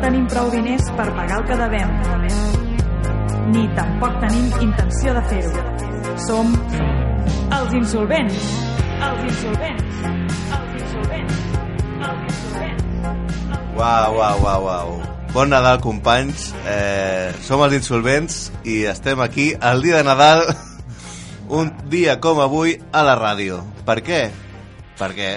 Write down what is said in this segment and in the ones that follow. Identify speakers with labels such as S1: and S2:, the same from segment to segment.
S1: tenim prou diners per pagar el que devem. Ni tampoc tenim intenció de fer-ho. Som els insolvents. Els insolvents. Els insolvents. Els insolvents.
S2: Uau, uau, uau, uau. Bon Nadal, companys. Eh, som els Insolvents i estem aquí el dia de Nadal, un dia com avui, a la ràdio. Per què? Perquè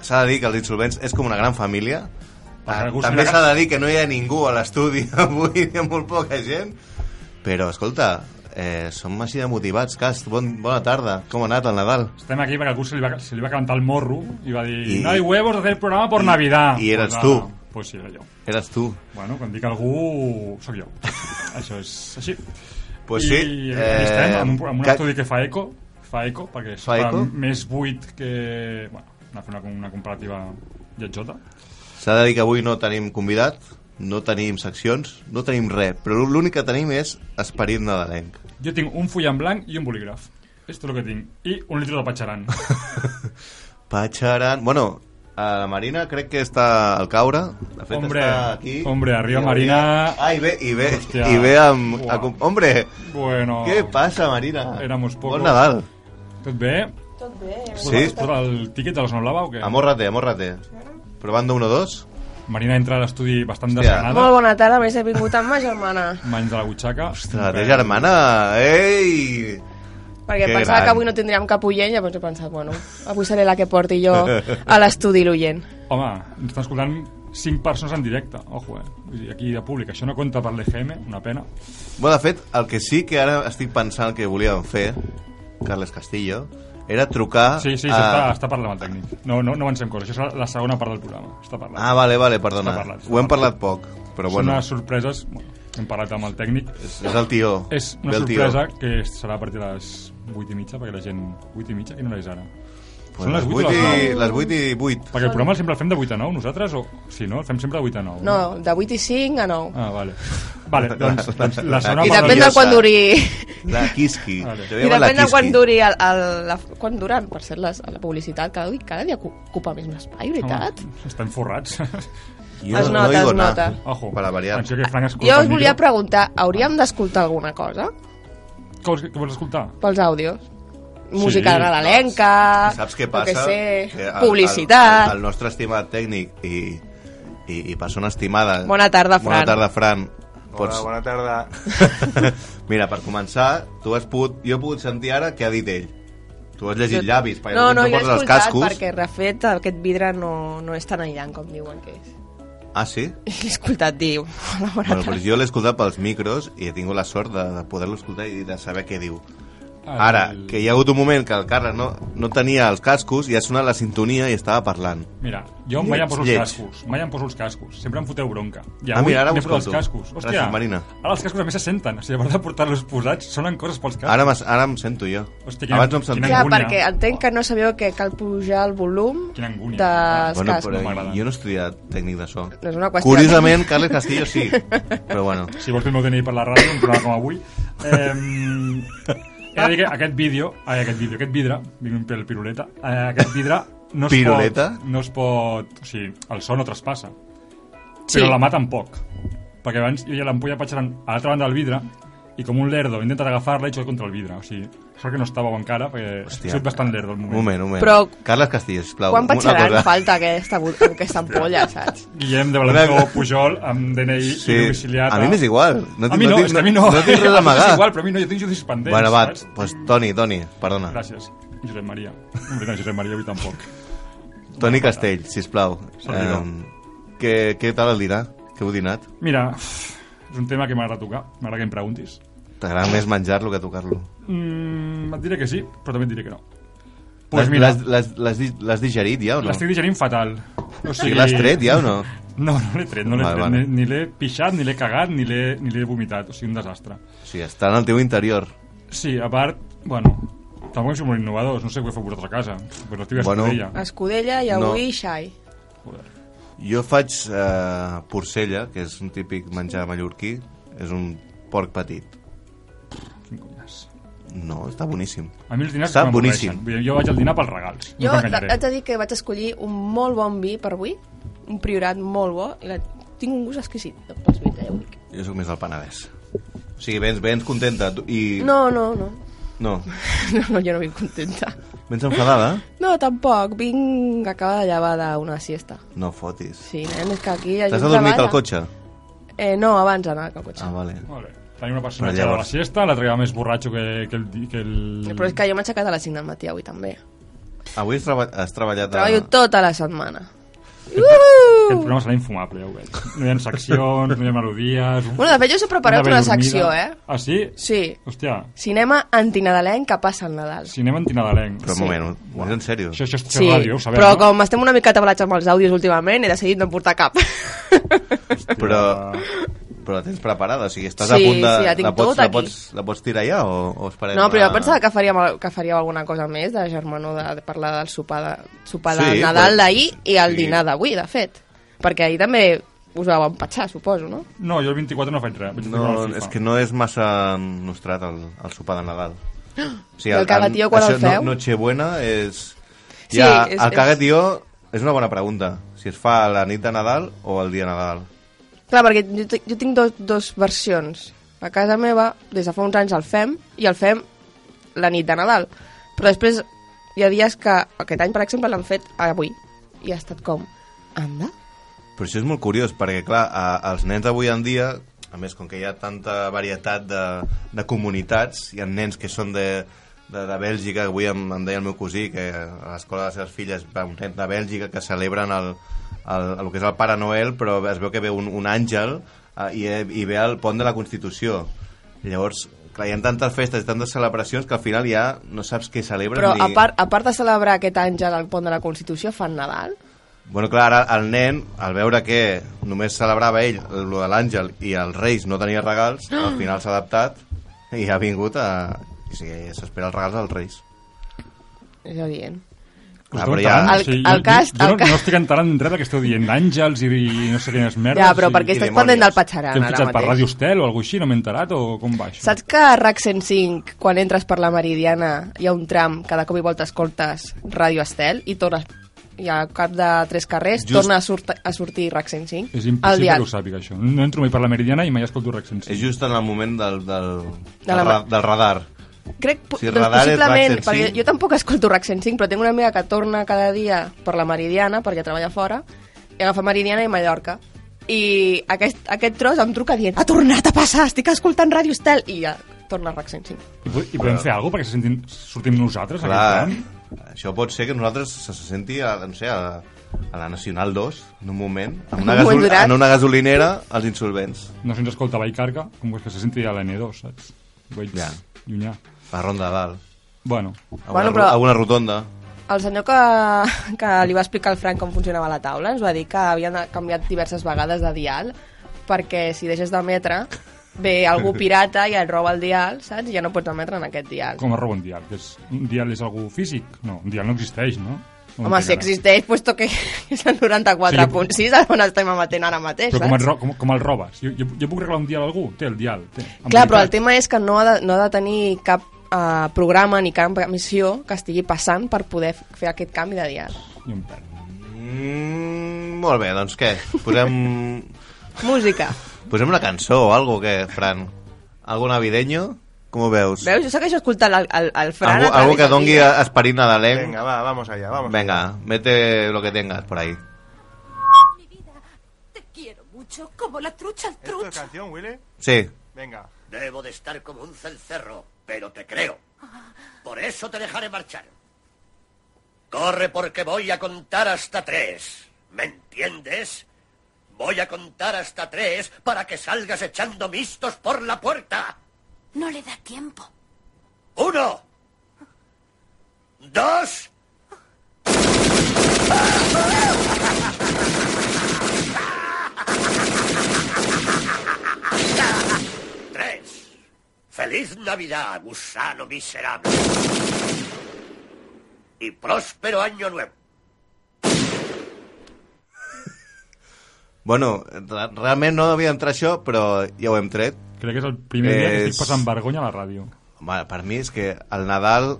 S2: s'ha de dir que els Insolvents és com una gran família.
S3: Els
S2: Ah,
S3: recursos
S2: També
S3: de
S2: s'ha de dir que no hi ha ningú a l'estudi avui, hi ha molt poca gent. Però, escolta, eh, som així de motivats, Cast. Bon, bona tarda. Com ha anat el Nadal?
S3: Estem aquí perquè algú se li va, se li va cantar el morro i va dir
S2: I-
S3: I... no hay huevos de hacer el programa por Navidad.
S2: i eres
S3: Pues,
S2: tu.
S3: ah, Pues sí, era jo.
S2: Eres tu.
S3: Bueno, quan dic algú, sóc jo. Això és així.
S2: Pues
S3: I,
S2: sí,
S3: I
S2: eh,
S3: estem en un, en un
S2: ca-
S3: estudi que fa eco, fa eco, perquè
S2: Fa
S3: fa
S2: eco?
S3: més buit que... Bueno, anar a fer una, una comparativa lletjota.
S2: S'ha de dir que avui no tenim convidat, no tenim seccions, no tenim res, però l'únic que tenim és esperit nadalenc.
S3: Jo tinc un full en blanc i un bolígraf. Esto és el que tinc. I un litre de patxaran.
S2: Patxaran... Bueno, a la Marina crec que està al caure. De fet,
S3: Hombre,
S2: està aquí.
S3: hombre, arriba,
S2: I
S3: Marina.
S2: Ah, i ve, i ve,
S3: Hòstia.
S2: i ve amb...
S3: Uau.
S2: acom- Hombre,
S3: bueno,
S2: què passa, Marina?
S3: Éramos pocos.
S2: Bon Nadal.
S3: tot bé?
S4: Tot bé.
S2: Sí.
S3: Has posat el tiquet de la zona blava o què?
S2: Amorrate, amorrate. Provant d'un o dos?
S3: Marina entra a l'estudi bastant
S2: Hòstia.
S3: desganada,
S4: Molt bona tarda, més he vingut amb ma germana.
S3: mans de la butxaca.
S2: La teva germana, ei!
S4: Perquè
S2: Que
S4: pensava
S2: gran.
S4: que avui no tindríem cap oient, llavors he pensat, bueno, avui seré la que porti jo a l'estudi l'oient.
S3: Home, ens estan escoltant 5 persones en directe, ojo, eh? Vull dir, aquí de públic. Això no compta per l'EGM, una pena.
S2: Bueno, de fet, el que sí que ara estic pensant que volíem fer, Carles Castillo, era trucar...
S3: Sí, sí,
S2: ah.
S3: s'està està parlant amb el tècnic. No, no, no avancem coses, això és la segona part del programa. Està parlant.
S2: Ah, vale, vale, perdona.
S3: Està parlat, està
S2: Ho hem parlat poc, però
S3: Són
S2: bueno,
S3: unes sorpreses, bueno, que hem parlat amb el tècnic.
S2: és, és el tió.
S3: És una
S2: Ve el tió.
S3: sorpresa que serà a partir de les 8 i mitja, perquè la gent... 8 i mitja, quina hora és ara?
S2: Pues
S3: Són les 8 o
S2: vuit
S3: les
S2: i,
S3: 9?
S2: les 8 i 8.
S3: Perquè el programa sempre el fem de 8 a 9, nosaltres, o... Si no, el fem sempre de 8 a 9.
S4: No, de 8 i 5 a 9.
S3: Ah, vale. Vale, doncs, doncs la segona
S2: Aquí
S4: I
S3: part
S4: depèn
S3: del-
S4: de
S2: nerviosa.
S4: quan duri...
S2: La Kiski.
S3: Vale.
S2: Te
S4: I
S2: veiem a la
S4: depèn de
S2: Kiski.
S4: quan duri el, el, la, quan duren, per cert, les, la publicitat. Cada, ui, cada dia cu- ocupa més l'espai, veritat?
S3: Home, estem forrats.
S2: Jo
S4: Es nota,
S2: digo
S4: es
S2: na.
S4: nota.
S3: Ojo.
S2: Per la variant.
S3: Atenció que Frank escolta
S4: Jo
S3: el
S4: us volia
S3: micro.
S4: preguntar, hauríem d'escoltar alguna cosa
S3: Què vols, què vols escoltar?
S4: pels àudios? Música sí. nadalenca,
S2: Saps què
S4: jo
S2: passa?
S4: Que sé,
S2: Que el-
S4: publicitat...
S2: El, el, el nostre estimat tècnic i, i, i persona estimada...
S4: Bona tarda, Fran.
S2: Bona tarda, Fran.
S5: Hola, bona tarda.
S2: Mira, per començar, tu has pogut, jo he pogut sentir ara què ha dit ell. Tu has llegit llavis, perquè
S4: no, no, jo he
S2: poses els
S4: escoltat
S2: cascos.
S4: perquè, refet, aquest vidre no, no és tan aïllant com diuen que és.
S2: Ah, sí?
S4: He escoltat dir una bona
S2: Bueno, però jo l'he escoltat pels micros i he tingut la sort de, de poder-lo escoltar i de saber què diu.
S3: Ah, El-
S2: Ara, que hi ha hagut un moment que el Carles no, no tenia els cascos i ha sonat la sintonia i estava parlant.
S3: Mira, jo mai em poso els
S2: Lleig.
S3: cascos. Mai em poso els cascos. Sempre em foteu bronca. I
S2: Ah, mira, ara
S3: m'he
S2: ho
S3: posat els
S2: escolto.
S3: cascos. Hòstia,
S2: Gràcies, Marina.
S3: ara els cascos a més se senten. O sigui, a part de portar-los posats, sonen coses pels cascos.
S2: Ara, m'es- ara em sento jo.
S3: Hòstia, quina-
S2: Abans no em
S3: quina
S2: sentia.
S4: Clar,
S3: angúnia.
S4: perquè entenc que no sabeu que cal pujar el volum
S3: Quina angúnia.
S4: dels
S2: Bueno,
S4: cascos.
S2: però
S3: no m'agraden.
S2: jo no he estudiat tècnic de so.
S4: No és una qüestió
S2: Curiosament, Carles Castillo sí, però bueno.
S3: Si vols fer el meu DNI per la ràdio, un programa com avui. Eh, he de dir que aquest vídeo, ai, aquest vídeo, aquest vidre, vinc pel piruleta, eh, aquest vidre no es
S2: Piruleta?
S3: pot... No es pot... O sigui, el so no traspassa.
S4: Sí.
S3: Però la mà tampoc. Perquè abans jo ja l'ampolla patxaran a l'altra banda del vidre i com un lerdo intenta agafar-la i xoca contra el vidre. O sigui, sort que no estava encara, perquè
S2: Hòstia.
S3: Hòstia. soc bastant lerdo al
S2: Un
S3: moment.
S2: moment, un moment.
S4: Però-
S2: Carles Castillo, sisplau,
S4: Quan patxaran
S2: una cosa.
S4: falta aquesta, bu- aquesta ampolla, saps?
S3: Guillem de Balançó
S2: Una-
S3: Pujol amb DNI
S2: Sí.
S3: i domiciliat.
S2: A mi m'és igual. No
S3: a mi no,
S2: tinc,
S3: és que a mi no.
S2: No tinc res a amagar.
S3: És igual, però a mi no, jo tinc judicis pendents.
S2: Bueno, va,
S3: saps?
S2: pues, Toni, Toni, perdona.
S3: Gràcies, Josep Maria. Hombre, no, Josep Maria avui tampoc.
S2: Toni Castell, sisplau.
S3: Servidor.
S2: Eh, què, què tal el dinar? Què heu dinat?
S3: Mira, és un tema que m'agrada tocar, m'agrada que em preguntis.
S2: T'agrada més menjar-lo que tocar-lo.
S3: Mm, et diré que sí, però també et diré que no.
S2: L'has-
S3: Pues mira,
S2: l'has- L'has l'has di- l'has digerit ja o no?
S3: l'estic digerint fatal. O
S2: Sí, l'has tret ja o no?
S3: No, no l'he tret, no l'he
S2: Vale,
S3: tret.
S2: vale.
S3: Ni, ni l'he pixat, ni l'he cagat, ni l'he ni l'he vomitat. O sigui, un desastre.
S2: O sigui, està en el teu interior.
S3: Sí, a part, bueno, tampoc som molt innovadors, no sé què feu vosaltres a casa. Però l'estic
S2: Bueno.
S3: d'Escudella.
S4: Escudella i
S2: No.
S4: avui xai.
S3: Joder.
S2: Jo faig eh, porcella, que és un típic menjar mallorquí. És un porc petit.
S3: Quin conyàs.
S2: No, està boníssim.
S3: A mi els dinars
S2: Està
S3: m'avorreixen.
S2: boníssim.
S3: Vull dir, Jo vaig al dinar pels regals.
S4: Jo
S3: no
S4: t'haig
S3: t'enganyaré.
S4: de dir que vaig escollir un molt bon vi per avui, un priorat molt bo, i la tinc un gust exquisit pels vins, ja ho dic.
S2: Jo sóc més del Penedès. O sigui, vens, vens contenta tu- i...
S4: No, no, no.
S2: No.
S4: No, no, jo no vinc contenta.
S2: Vens enfadada?
S4: No, tampoc. Vinc que acaba de llevar d'una siesta.
S2: No fotis.
S4: Sí, nen, és que aquí... hi ha
S2: T'has
S4: gent
S2: adormit
S4: treballa.
S2: al cotxe?
S4: Eh, no, abans d'anar al cotxe.
S2: Ah, vale.
S3: Vale. Tenia una persona
S2: Però
S3: que era a la
S2: llavors-
S3: siesta, l'altra que era més borratxo que, que el... di- Que el...
S4: Però és que jo m'he aixecat a les 5 del matí avui també.
S2: Ah. Avui has, treba has treballat...
S4: Treballo tota la setmana.
S3: Aquest
S4: Uh!
S3: programa serà infumable, ja ho veig. No hi ha seccions, no hi ha melodies...
S4: Bueno, de fet, jo us he preparat una,
S3: vella
S4: secció,
S3: dormida.
S4: eh?
S3: Ah, sí?
S4: Sí.
S3: Hòstia,
S4: Cinema antinadalenc que passa al Nadal.
S3: cinema antinadalenc.
S2: Però un
S4: Sí.
S2: moment, ho dius en sèrio?
S3: Això, això és sí, ràdio, ho sabem,
S4: però
S3: no?
S4: com estem una mica atabalats amb els àudios últimament, he decidit no portar cap.
S2: Però, però la tens preparada? O sigui, estàs a
S4: Sí,
S2: punt de...
S4: sí, la tinc
S2: la pots,
S4: tota
S2: la
S4: aquí.
S2: pots, la pots tirar ja o, o esperem...
S4: no, però
S2: a-
S4: jo pensava que faríem, el- que faríem alguna cosa més de germano de, de parlar del sopar de, sopar de
S2: Sí,
S4: Nadal
S2: però-
S4: d'ahir i el
S2: sí.
S4: dinar d'avui, de fet. Perquè ahir també us vau empatxar, suposo, no?
S3: No, jo el 24 no faig res. Vaig
S2: No, és que no és massa nostrat el, el sopar de Nadal. O sigui,
S4: I el cagatió quan
S2: això,
S4: el feu?
S2: No, Nochebuena és...
S4: Sí,
S2: Ja,
S4: és-
S2: el
S4: és-
S2: cagatió és una bona pregunta. Si es fa a la nit de Nadal o el dia de Nadal.
S4: Clar, perquè jo, ti- jo tinc dos, dos versions. A casa meva, des de fa uns anys el fem, i el fem la nit de Nadal. Però després hi ha dies que, aquest any, per exemple, l'han fet avui. I ha estat com, anda?
S2: Però això és molt curiós, perquè, clar, a, els nens d'avui en dia, a més, com que hi ha tanta varietat de, de comunitats, hi ha nens que són de, de, de Bèlgica, avui em, em deia el meu cosí que a l'escola de les seves filles va un nen de Bèlgica que celebren el, el, el que és el Pare Noel, però es veu que ve un, un àngel eh, i, i ve al pont de la Constitució. Llavors, clar, hi ha tantes festes i tantes celebracions que al final ja no saps què celebren
S4: Però
S2: ni...
S4: a part, a part de celebrar aquest àngel al pont de la Constitució, fan Nadal?
S2: Bueno, clar, ara el nen, al veure que només celebrava ell el de l'Àngel i els Reis no tenia regals,
S3: Ah!
S2: al final s'ha adaptat i ha vingut a... O sigui, s'espera els regals als Reis.
S4: És a dir,
S2: Ah, però ja-
S4: El- el cas-
S3: Jo, jo
S4: el
S3: no,
S4: cas-
S3: no estic entrant en res del que esteu dient. Àngels i, i no sé quines merdes.
S4: ja, però
S3: i-
S4: perquè
S2: i
S4: estàs
S2: dimonis.
S4: pendent del
S3: Que
S4: Patxaran
S3: hem
S4: ara
S3: fitxat per
S4: mateix.
S3: Ràdio Estel o alguna així, no m'he enterat o com va això?
S4: Saps que a RAC 105, quan entres per la Meridiana, hi ha un tram que de cop i volta escoltes Ràdio Estel i tornes i al cap de tres carrers
S2: Just-
S4: Just... torna a, sort a sortir RAC 105
S3: És
S4: al
S3: impossible
S4: dial.
S3: que ho sàpiga, això. No entro mai per la Meridiana i mai escolto Rex en
S2: És just en el moment del, del,
S4: De la
S2: del, ra-
S4: mà.
S2: del radar.
S4: Crec, po-
S2: Si
S4: doncs,
S2: radar és
S4: possiblement,
S2: RAC 105.
S4: perquè jo tampoc escolto RAC 105, però tinc una amiga que torna cada dia per la Meridiana, perquè treballa fora, i agafa Meridiana i Mallorca. I aquest, aquest tros em truca dient ha tornat a passar, estic escoltant Ràdio Estel i ja torna a RAC 105.
S3: I, po- i podem fer alguna cosa perquè se sentin, sortim nosaltres? en aquest
S2: Clar,
S3: tram?
S2: això pot ser que nosaltres se se senti a, no sé, a, a la Nacional 2, en un moment, en una,
S4: Un moment
S2: gasol
S4: durat.
S2: en una gasolinera, als insolvents,
S3: No se'ns escolta Vallcarca, com que se senti a la N2, saps? Ho veig
S2: Ja.
S3: llunyà.
S2: a Ronda de Dalt,
S3: Bueno,
S2: a,
S4: Bueno,
S2: una,
S4: però-
S2: ro- a una rotonda.
S4: El senyor que, que li va explicar al Frank com funcionava la taula ens va dir que havien canviat diverses vegades de dial perquè si deixes d'emetre ve algú pirata i et roba el dial, saps? I ja no pots emetre en aquest dial.
S3: com es roba un dial? Que és, un dial és algú físic? No, un dial no existeix, no? No
S4: Home,
S3: entenc
S4: si
S3: ara.
S4: existeix, puesto que és el 94.6 on estem emetent ara mateix,
S3: Però com el,
S4: saps?
S3: ro com, com el robes? Jo, jo, jo puc regalar un dial a algú? Té el dial. Té, amb
S4: Clar, però el
S3: veritat.
S4: tema és que no ha de, no ha de tenir cap eh, programa ni cap emissió que estigui passant per poder f- fer aquest canvi de dial.
S3: Jo em perdo.
S2: Mm, molt bé, doncs què? Posem
S4: Música.
S2: Posem una cançó o algo que, Fran? Algo navideño? Com ho veus?
S4: Veus? Jo sé que això escolta el, el, el Fran...
S2: algo,
S4: a
S2: algo
S4: través
S2: que
S4: del
S2: dongui
S4: dial.
S2: esperit nadalenc?
S5: Venga, va, vamos allá, vamos.
S2: Venga, mete lo que tengas por ahí.
S6: Mi vida, te quiero mucho, como la trucha al
S5: ¿Esto es
S6: trucha.
S5: canción, Willy?
S2: Sí.
S5: Venga.
S7: Debo de estar como un cencerro, pero te creo. Por eso te dejaré marchar. Corre porque voy a contar hasta tres. ¿Me entiendes? Voy a contar hasta tres para que salgas echando mistos por la puerta.
S6: No le da tiempo.
S7: Uno. Dos. Tres. Feliz Navidad, gusano miserable. Y próspero año nuevo.
S2: Bueno, re- realment no devia entrar això, però ja ho hem tret.
S3: Crec que és el primer dia que
S2: És-
S3: estic passant vergonya a la ràdio.
S2: Home, per mi és que el Nadal...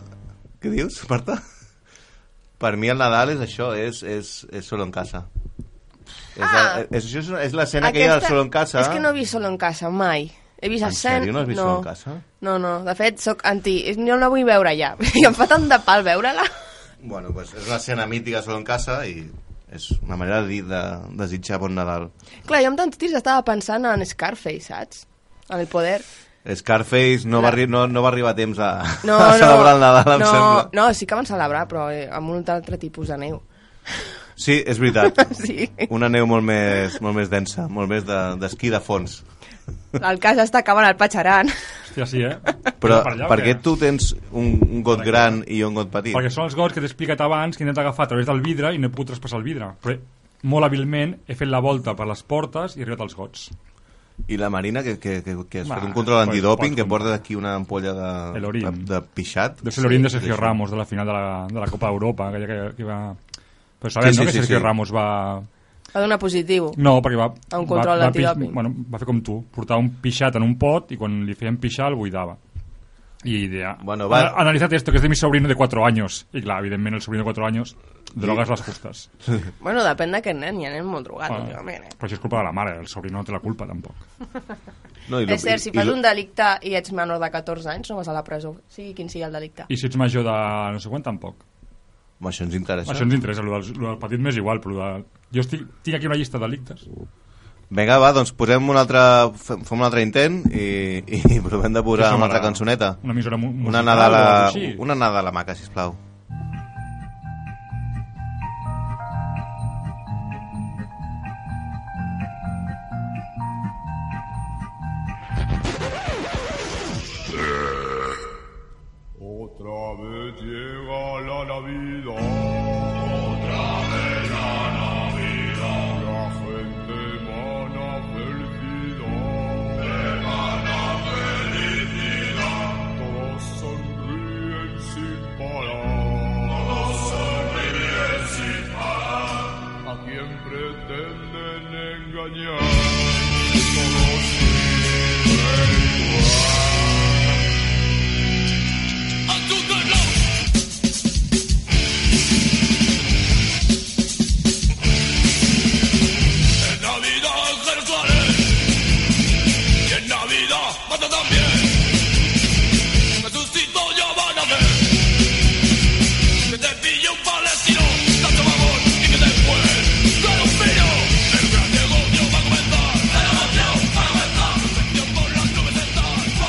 S2: Què dius, Marta? Per mi el Nadal és això, és, és, és solo en casa. És, ah, és, això és, una- és l'escena que hi ha solo en casa.
S4: És que no he vist Solo en casa, mai. He vist
S2: En
S4: escena...
S2: sèrio, no has vist Solo en casa?
S4: No, no, de fet, sóc anti... No la vull veure ja. I em fa tant de pal veure-la.
S2: Bueno, pues és una escena mítica solo en casa i és una manera de, dir, de desitjar bon Nadal.
S4: Clar, jo amb tants tirs estava pensant en Scarface, saps? En el poder.
S2: Scarface no, va,
S4: Clar.
S2: arri no, no va arribar a temps a,
S4: No,
S2: a celebrar
S4: no,
S2: el Nadal, em
S4: no,
S2: sembla.
S4: No, sí que van celebrar, però eh, amb un altre tipus de neu.
S2: Sí, és veritat.
S4: Sí.
S2: Una neu molt més, molt més densa, molt més de- d'esquí de, de fons.
S4: El cas està acabant al Patxaran.
S3: Hòstia, sí, eh?
S2: Però
S3: Per allà o
S2: per què
S3: què?
S2: tu tens un, un got gran i un got petit?
S3: Perquè són els gots que t'he explicat abans que he anat a agafar a través del vidre i no he pogut traspassar el vidre. Però molt hàbilment he fet la volta per les portes i he arribat als gots.
S2: I la Marina, que, que, que, que es
S3: Va,
S2: fet un control
S3: pots-
S2: antidoping,
S3: pots
S2: que
S3: comprar.
S2: porta aquí una ampolla de,
S3: El
S2: de,
S3: orín.
S2: de pixat.
S3: Deu ser l'orient de
S2: Sí,
S3: Sergio
S2: sí.
S3: Ramos de la final de la, de la Copa d'Europa, que, que, que va... Però sabem,
S2: Sí, sí,
S3: sí, no?, que
S2: sí,
S3: Sergio
S2: sí.
S3: Ramos va...
S4: Va donar positiu.
S3: No, perquè va...
S4: A un control
S3: va, va,
S4: antidoping.
S3: pix- bueno, va fer com tu, portava un pixat en un pot i quan li feien pixar el buidava. I idea.
S2: Bueno, va-
S3: Analitzat esto, que es de mi sobrino de 4 años. I clar, evidentment, el sobrino de 4 años, drogues les justes.
S4: Bueno, depèn d'aquest nen, hi ha nens molt drogats,
S3: Bueno,
S4: últimament, eh?
S3: però això és culpa de la mare, el sobrino no té la culpa, tampoc.
S2: No, i lo-
S4: És cert, si
S2: i- i
S4: fas
S2: lo-
S4: un delicte i ets menor de 14 anys, no vas a la presó, sigui quin sigui el delicte.
S3: I si ets major de no sé quan, tampoc.
S2: Home, Això ens interessa.
S3: Això ens interessa, el del, lo del petit m'és igual, però lo de... jo estic, tinc aquí una llista de delictes.
S2: Vinga, va, doncs posem un altre, fem fem un altre intent i, i provem de posar
S3: Què
S2: una altra
S3: sonarà?
S2: cançoneta.
S3: Una emissora mu-
S2: Una
S3: musical
S2: nadala,
S3: o algo així?
S2: una nadala maca, sisplau.
S5: Otra vez llega la Navidad. Otra vez la Navidad. La gente emana felicidad. Emana felicidad. Todos sonríen sin parar. Todos sonríen sin parar. A quien pretenden engañar. Todos siguen igual.
S8: En Navidad eres Suárez Y en Navidad mata también Jesucito ya van a ver Que te pille un palestino Tanto vagón y que te mueren Con un pillo El gran negocio va a comenzar El negocio va a comenzar Sección por las nubes está Por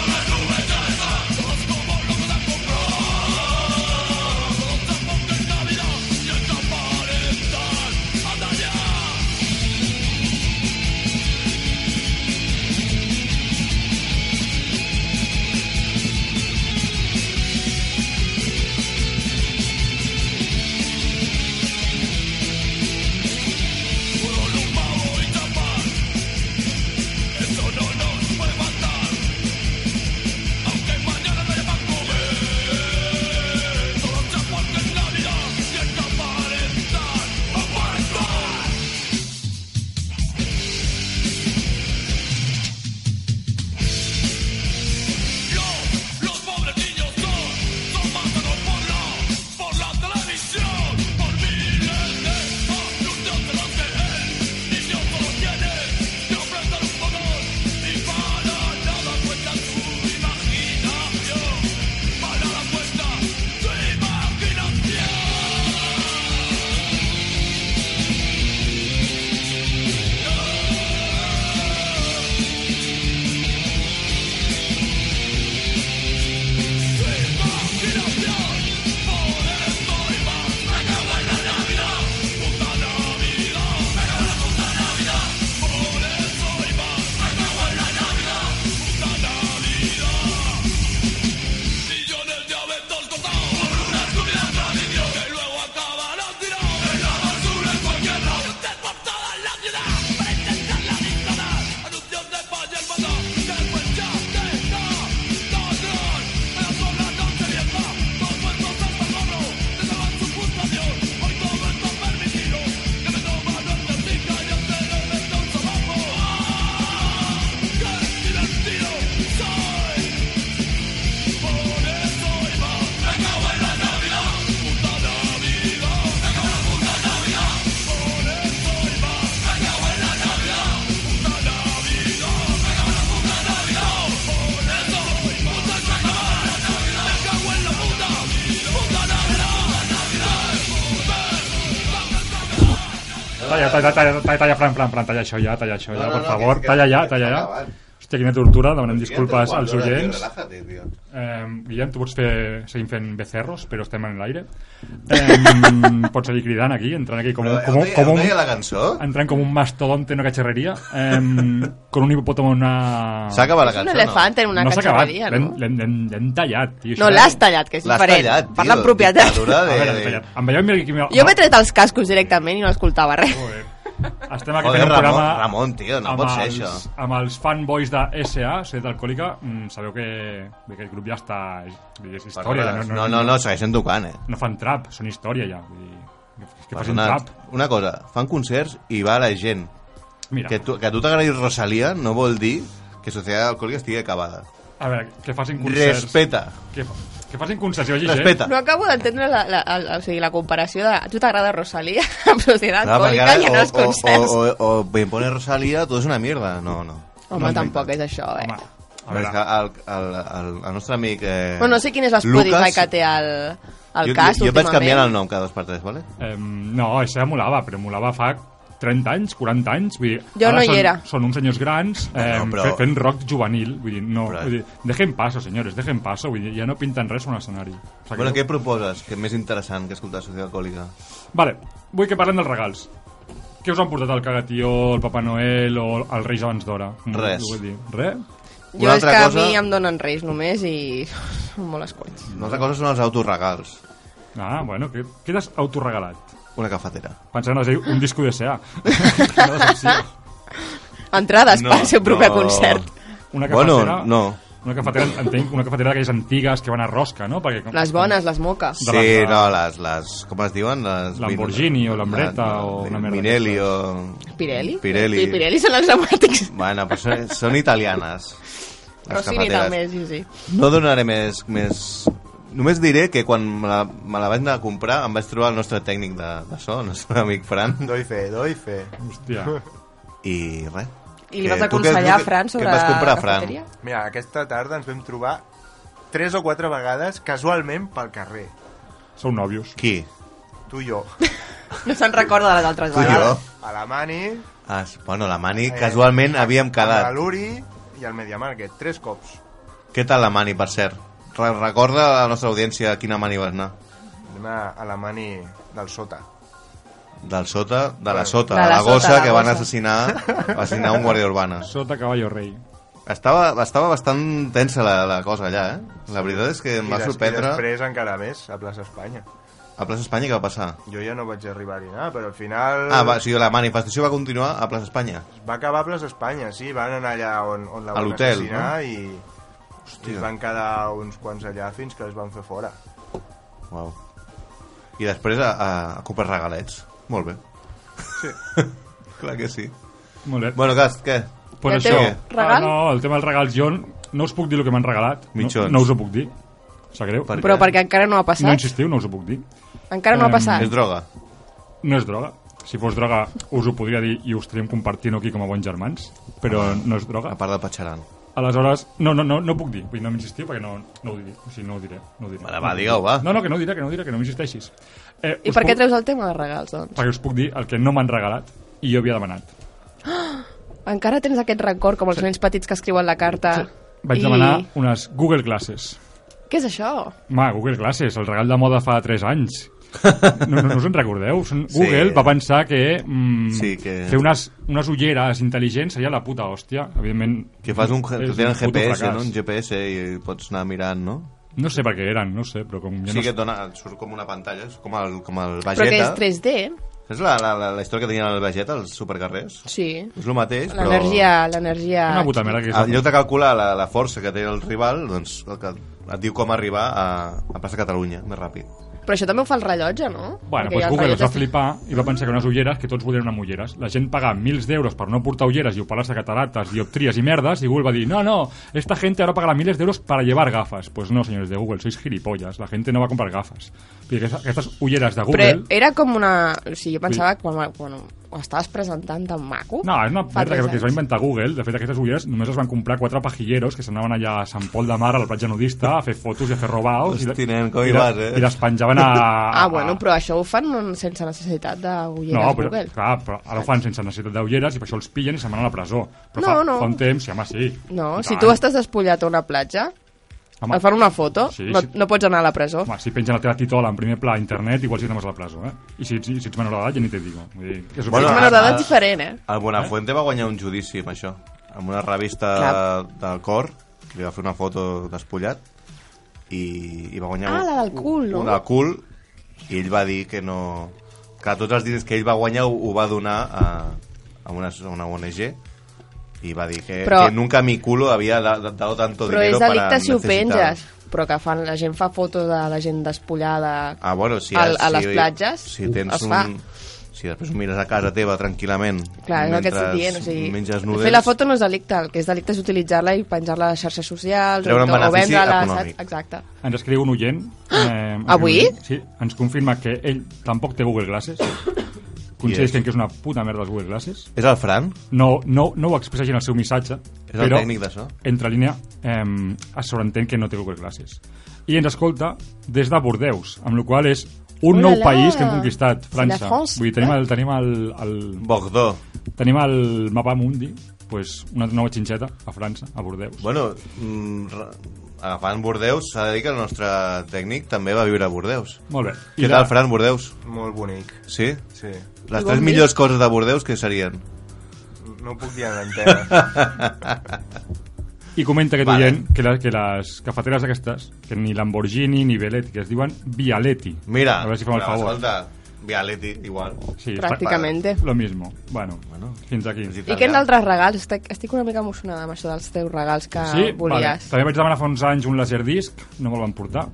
S3: talla, talla, talla, talla, talla, Fran, Fran, Fran, talla això ja, talla això
S2: No,
S3: ja,
S2: no,
S3: per
S2: no,
S3: favor,
S2: que- que-
S3: talla ja,
S2: que
S3: talla ja.
S2: acabant.
S3: Hòstia, quina tortura, demanem
S2: Hòstia,
S3: disculpes
S2: tens
S3: als
S2: quatre hores, tio,
S3: oients.
S2: Relájate, tío.
S3: Eh, Guillem, tu pots fer, seguir fent becerros, però estem en l'aire. Eh, pots seguir cridant aquí, entrant aquí com,
S2: Però,
S3: un- com,
S2: com,
S3: un- com,
S2: com, deia la
S3: un,
S2: cançó?
S3: entrant com un mastodonte en una catxerreria, eh, con un hipopòtamo en una...
S2: S'ha acabat la
S4: És un
S2: cançó,
S4: elefant en una
S3: no s'ha acabat,
S4: catxarreria,
S3: l'hem
S4: no?
S3: l'hem- l'hem- l'hem tallat, tio.
S4: No,
S3: això.
S4: l'has tallat, que és
S2: L'has
S4: diferent.
S2: tallat, tio.
S4: Parla en propietat.
S2: Dictadura
S3: A
S2: de-
S3: veure, l'hem tallat. Em veieu, mira, aquí, mira,
S4: Jo m'he tret els cascos directament i no escoltava res.
S3: Joder. Estem aquí
S2: Joder,
S3: fent
S2: Ramon-
S3: un programa...
S2: Ramon, tio, no
S3: amb
S2: pot ser
S3: els,
S2: això.
S3: Amb els fanboys de S.A., Set Alcohòlica, mm, sabeu que bé, aquest grup ja està... És història, ja,
S2: Perdona, no, no, no, segueixen tocant, eh?
S3: no fan trap, són història ja. Vull dir, que- que facin
S2: Perdona,
S3: trap.
S2: una cosa, fan concerts i va la gent.
S3: Mira,
S2: Que, tu, que a tu t'agradi Rosalia no vol dir que Societat Alcohòlica estigui acabada.
S3: a veure, que facin concerts...
S2: Respeta,
S3: Que, fa- que facin concerts, jo eh? hi
S2: respeta.
S4: No acabo d'entendre la, la, la, o sigui, la comparació de... A tu t'agrada Rosalía amb Societat
S2: Clar, Ah, perquè
S4: Alcohòlica
S2: ara
S4: i anar als
S2: o, o,
S4: concerts.
S2: o, eh. o, o me pone Rosalia, todo es una mierda. No, no.
S4: Home, tampoc és això, eh?
S3: Home, a
S2: Perquè
S3: veure,
S2: el, el, el, el nostre amic... Eh,
S4: Bueno, no sé quin és l'Spotify
S2: Lucas,
S4: que té el, el
S2: jo,
S4: cas
S2: jo, jo vaig
S4: últimament.
S2: canviant el nom cada dos per tres, vale?
S3: eh, no, això emulava, però emulava fa 30 anys, 40 anys, vull dir...
S4: Jo
S3: ara
S4: no hi
S3: són,
S4: era.
S3: Són uns senyors grans eh,
S2: no, però-
S3: però... fent rock juvenil, vull dir, no,
S2: Però-
S3: vull dir, dejen paso, senyores, dejen paso, vull dir, ja no pinten res un escenari. O sigui,
S2: Bueno, què proposes? Que és més interessant que escoltar Societat Alcohòlica.
S3: Vale, vull que parlem dels regals. Què us han portat el cagatió, el Papa Noel o els Reis abans d'hora? Com
S2: Res.
S3: ho Vull dir, res?
S4: Jo
S2: Una
S4: és
S2: altra
S4: que a
S2: cosa-
S4: mi em donen reis només i són molt escolts.
S2: Una altra cosa són els autorregals.
S3: Ah, bueno, què, què t'has autoregalat?
S2: Una cafetera.
S3: Pensant que dir un disco de SEA. Una decepció.
S4: Entrades
S2: No,
S4: pel seu propi
S2: no.
S4: concert.
S3: Una
S2: Bueno,
S3: cafetera...
S2: no.
S3: Una cafetera, entenc, una cafetera d'aquelles antigues que van a rosca, no? Perquè, com,
S4: Les bones, les moques.
S3: De
S2: Sí,
S3: les-
S2: no, les, les... Com es diuen? Les,
S3: Lamborghini o Lambretta o una merda
S2: Minelli o...
S4: Pirelli?
S2: Pirelli.
S4: Sí, Pirelli són els pneumàtics.
S2: Bueno, però són, són italianes. Les
S4: Rossini
S2: cafeteres.
S4: també, sí, sí.
S2: No donaré més... més... Només diré que quan me la, me la vaig anar a comprar em vaig trobar el nostre tècnic de, de so, el nostre amic Fran,
S9: Doy fe, doy fe.
S3: Hòstia.
S2: i res.
S4: I li vas
S2: Que tu què-
S4: aconsellar
S2: tu
S4: a Fran sobre
S2: Què et vas comprar,
S4: la
S2: Fran?
S4: cafeteria?
S9: Mira, aquesta tarda ens vam trobar tres o quatre vegades casualment pel carrer.
S3: Sou nòvios.
S2: Qui?
S9: Tu i jo.
S4: No se'n recorda de les altres
S2: Tu i jo.
S4: vegades.
S9: A la Mani,
S2: Ah, s- bueno, la Mani,
S9: Eh,
S2: casualment havíem
S9: a la
S2: quedat.
S9: Luri i al Mediamarket. Tres cops.
S2: Què tal la Mani, per cert? Re Recorda a la nostra audiència a quina Mani vas anar?
S9: Anem a, a la Mani del sota.
S2: Del sota, de la sota, de
S4: De la
S2: la,
S4: sota,
S2: gossa
S4: la
S2: que van
S4: gossa.
S2: assassinar, assassinar un guàrdia urbana.
S3: Sota caballo rei.
S2: Estava, estava bastant tensa la, la cosa allà, eh? La veritat és que em
S9: I
S2: va
S9: des- I
S2: sorprendre
S9: després encara més, a plaça Espanya.
S2: a plaça Espanya què va passar.
S9: Jo ja no vaig arribar a dinar, però al final...
S2: Ah, va, o sigui, la manifestació va continuar a plaça Espanya.
S9: Va acabar a plaça Espanya, sí, van anar allà on, on la
S2: A
S9: van
S2: l'hotel,
S9: assassinar
S2: no?
S9: i... Hòstia. I van quedar uns quants allà fins que els van fer fora.
S2: Uau. I després a, a, a comprar regalets. Molt bé. Sí. Clar que sí.
S3: Molt bé.
S2: Bueno, Gast, què?
S3: Pues
S4: I el
S3: això.
S2: teu
S4: regal?
S3: Ah, no, el tema dels regals, jo no us puc dir el que m'han regalat. No,
S2: Mitjons.
S3: no us ho puc dir. Sap greu.
S2: Per-
S4: Però perquè encara no ha
S3: No
S4: passat.
S3: insistiu, no us ho puc dir.
S4: Encara no ha
S3: Em,
S4: passat.
S2: És droga.
S3: No és droga. Si fos droga, us ho podria dir i ho estaríem compartint aquí com a bons germans, però no és droga.
S2: A part de Patxaran.
S3: Aleshores, no, no, no, no puc dir, vull dir, no m'insistiu perquè no, no ho diré, o sigui, no ho diré. No ho diré.
S2: Vale, va, digue-ho, va.
S3: No, no, que no ho diré, que no ho diré, que no m'insisteixis. Eh,
S4: I
S3: us
S4: per què
S3: puc-
S4: treus el tema de regals, doncs?
S3: Perquè us puc dir el que no m'han regalat i jo havia demanat.
S4: Ah! Encara tens aquest record com els nens petits que escriuen la carta.
S3: Vaig
S4: I-
S3: demanar unes Google Classes.
S4: Què és això?
S3: Ma, Google Classes, el regal de moda fa 3 anys. No, no, no us en recordeu? Són- Google
S2: Sí.
S3: va pensar que, mm,
S2: Sí, que-
S3: fer unes, unes ulleres intel·ligents seria la puta hòstia. Evidentment,
S2: Que fas un,
S3: és
S2: que tenen
S3: puto
S2: GPS,
S3: fracàs.
S2: no? Un GPS i pots anar mirant, no?
S3: No sé per què eren, no sé, però com ja
S2: Sí
S3: no
S2: que et dona, et surt com una pantalla, és com el, com el
S4: Però que
S2: Vegeta.
S4: és 3D?
S2: és la, la, la, la història que tenien el Vegeta, els supercarrers?
S4: Sí.
S2: És el mateix, però... Ah,
S4: L'energia... L'energia...
S3: Una puta merda que és...
S2: En lloc de calcular la, la força que té el rival, doncs el que et diu com arribar a, a plaça Catalunya, més ràpid.
S4: Però això també ho fa el rellotge, no?
S3: Bueno,
S4: Perquè
S3: doncs
S4: ja el
S3: Google es va
S4: rellotge-
S3: flipar i va pensar que unes ulleres, que tots volien amb ulleres. La gent paga mils d'euros per no portar ulleres i operar-se catarates, dioptries i merdes, i Google va dir, no, no, esta gente ahora pagará miles de euros para llevar gafas. Pues no, señores de Google, sois gilipollas, la gente no va a comprar gafas. Vull dir que Aquestes ulleres de
S4: Però
S3: Google...
S4: era com una... O sigui, jo pensava que... Bueno, ho estaves presentant tan maco.
S3: No, és una
S4: Fa
S3: merda que,
S4: tres
S3: que es va
S4: anys.
S3: inventar Google. De fet, aquestes ulleres només es van comprar quatre pajilleros que s'anaven allà a Sant Pol de Mar, a la platja nudista, a fer fotos i a fer robaos.
S2: Hosti,
S3: i, de-
S2: nen, com hi
S3: i de-
S2: vas, eh?
S3: I les penjaven a...
S4: Ah, bueno, però això ho fan sense necessitat d'ulleres
S3: No, però,
S4: Google.
S3: clar, però ara ho fan sense necessitat d'ulleres i per això els pillen i se'n van a la presó. Però
S4: No,
S3: fa,
S4: no.
S3: fa un temps, sí, home, sí.
S4: No,
S3: I
S4: si
S3: tant.
S4: tu estàs despullat a una platja,
S3: Home,
S4: et fan una foto,
S3: Sí,
S4: no,
S3: sí.
S4: no pots anar a la presó.
S3: Home, si pengen la teva titola en primer pla a internet, igual si anem a la presó, eh? I si, si, si ets menor d'edat, ja ni te digo. Vull dir, que és
S2: Bueno,
S4: És
S3: opcional.
S4: menor
S2: ah,
S4: d'edat
S2: ah.
S4: diferent, eh?
S2: El Buenafuente va guanyar un judici amb això, amb una revista
S4: Clar.
S2: del cor, que li va fer una foto despullat, i, i va guanyar...
S4: Ah,
S2: un-
S4: la del cul, no?
S2: Una del cul, i ell va dir que no... Que tots els diners que ell va guanyar ho, ho va donar a, a, una, a una ONG, i va dir que,
S4: Però-
S2: que nunca mi culo había da- da- dado tanto
S4: Però
S2: dinero
S4: és
S2: para
S4: delicte si ho
S2: necesitar.
S4: penges. Però que fan, la gent fa fotos de la gent despullada.
S2: Ah, bueno, si,
S4: Al-
S2: si,
S4: a les platges,
S2: si tens
S4: es
S2: un,
S4: fa.
S2: si després ho mires a casa teva tranquil·lament
S4: Clar, és el que estic
S2: mentre
S4: dient. O sigui,
S2: menges nudes,
S4: fer la foto no és delicte, el que és delicte és utilitzar-la i penjar-la a les xarxes socials
S2: Treure un
S4: o, o
S2: benefici
S4: vendre-la,
S2: econòmic.
S4: saps? Exacte. Ah,
S3: Ens escriu un oient. Eh,
S4: Avui?
S3: Sí, ens confirma que ell tampoc té Google Glasses. Coincideix
S2: Yes.
S3: que és una puta merda els Google Glasses.
S2: és el Fran?
S3: No, no, no ho expressa gent el seu missatge,
S2: És el
S3: però
S2: tècnic de so.
S3: entre línia eh, es sobreentén que no té Google Classes. I ens escolta des de Bordeus, amb la qual cosa és un
S4: Ulala!
S3: nou país que hem conquistat,
S4: La
S3: França.
S4: France,
S3: Vull dir, tenim
S4: eh?
S3: el, tenim el, el,
S2: Bogdó.
S3: tenim el mapa mundi, pues, una nova xinxeta a França, a Bordeus.
S2: Bueno, mm, re- agafant Bordeus, s'ha de dir que el nostre tècnic també va viure a Bordeus.
S3: Molt bé.
S2: Què
S3: la-
S2: tal, Fran, Bordeus?
S9: Molt bonic,
S2: Sí?
S9: sí.
S2: Les tres millors coses de Bordeus, què serien?
S9: No puc dir a l'antena.
S3: I comenta aquest
S2: Vale.
S3: vale. oient que, la, que les cafeteres aquestes, que ni Lamborghini ni Veletti, que es diuen Vialetti.
S2: Mira,
S3: a veure si fem el
S2: però,
S3: favor.
S2: Escolta, Vialetti, igual.
S3: Sí,
S4: Pràcticament.
S3: Lo mismo. Bueno,
S2: Bueno.
S3: fins aquí.
S2: És
S4: I
S2: italià.
S4: quins altres regals? Estic, estic una mica emocionada amb això dels teus regals que volies.
S3: També vaig demanar fa uns anys un laserdisc, no me'l van portar.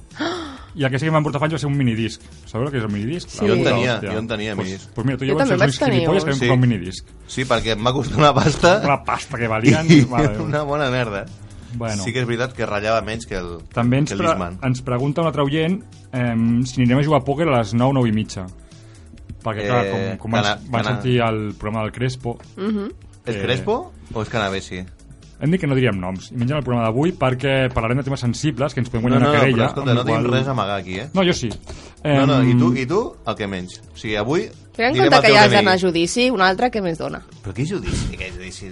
S3: I el que sí que em van portar fa anys va ser un minidisc. Sabeu el que és el minidisc?
S4: Sí. Jo en
S2: tenia,
S3: Hòstia.
S2: Ah, jo en tenia minidisc.
S3: Pues, pues mira, tu
S4: Jo
S3: ja vas
S4: també
S3: ser uns
S4: vaig tenir
S3: gilipolles que vam
S2: un.
S3: comprar un
S2: Sí.
S3: minidisc.
S2: Sí, perquè em va costar una pasta
S3: Una pasta que
S2: i
S3: valien... vale.
S2: una bona merda.
S3: Bueno.
S2: Sí que és veritat que ratllava menys que el,
S3: També ens,
S2: que el
S3: pre
S2: Disman.
S3: ens pregunta un altre oient eh, si anirem a jugar a pòquer a les 9, 9 i mitja. Perquè, clar,
S2: Eh,
S3: com, com
S2: cana-
S3: ens, van
S2: cana-
S3: sentir el programa del Crespo,
S2: És
S3: eh,
S2: Crespo o és Canavesi?
S3: hem dit que no diríem noms. I menys en el programa d'avui perquè parlarem de temes sensibles que ens podem
S2: No,
S3: guanyar
S2: no,
S3: una
S2: però
S3: querella.
S2: escolta,
S3: amb
S2: no
S3: la
S2: tenim
S3: qual-
S2: res a amagar aquí, eh?
S3: No, jo sí.
S2: No, no,
S3: Em,
S2: i tu, i tu el que menys. O sigui, avui...
S4: Tenint en
S2: direm
S4: compte
S2: el
S4: que
S2: teu
S4: ja has
S2: DNI.
S4: d'anar a judici, un altre que més dona.
S2: Però què judici? Què judici?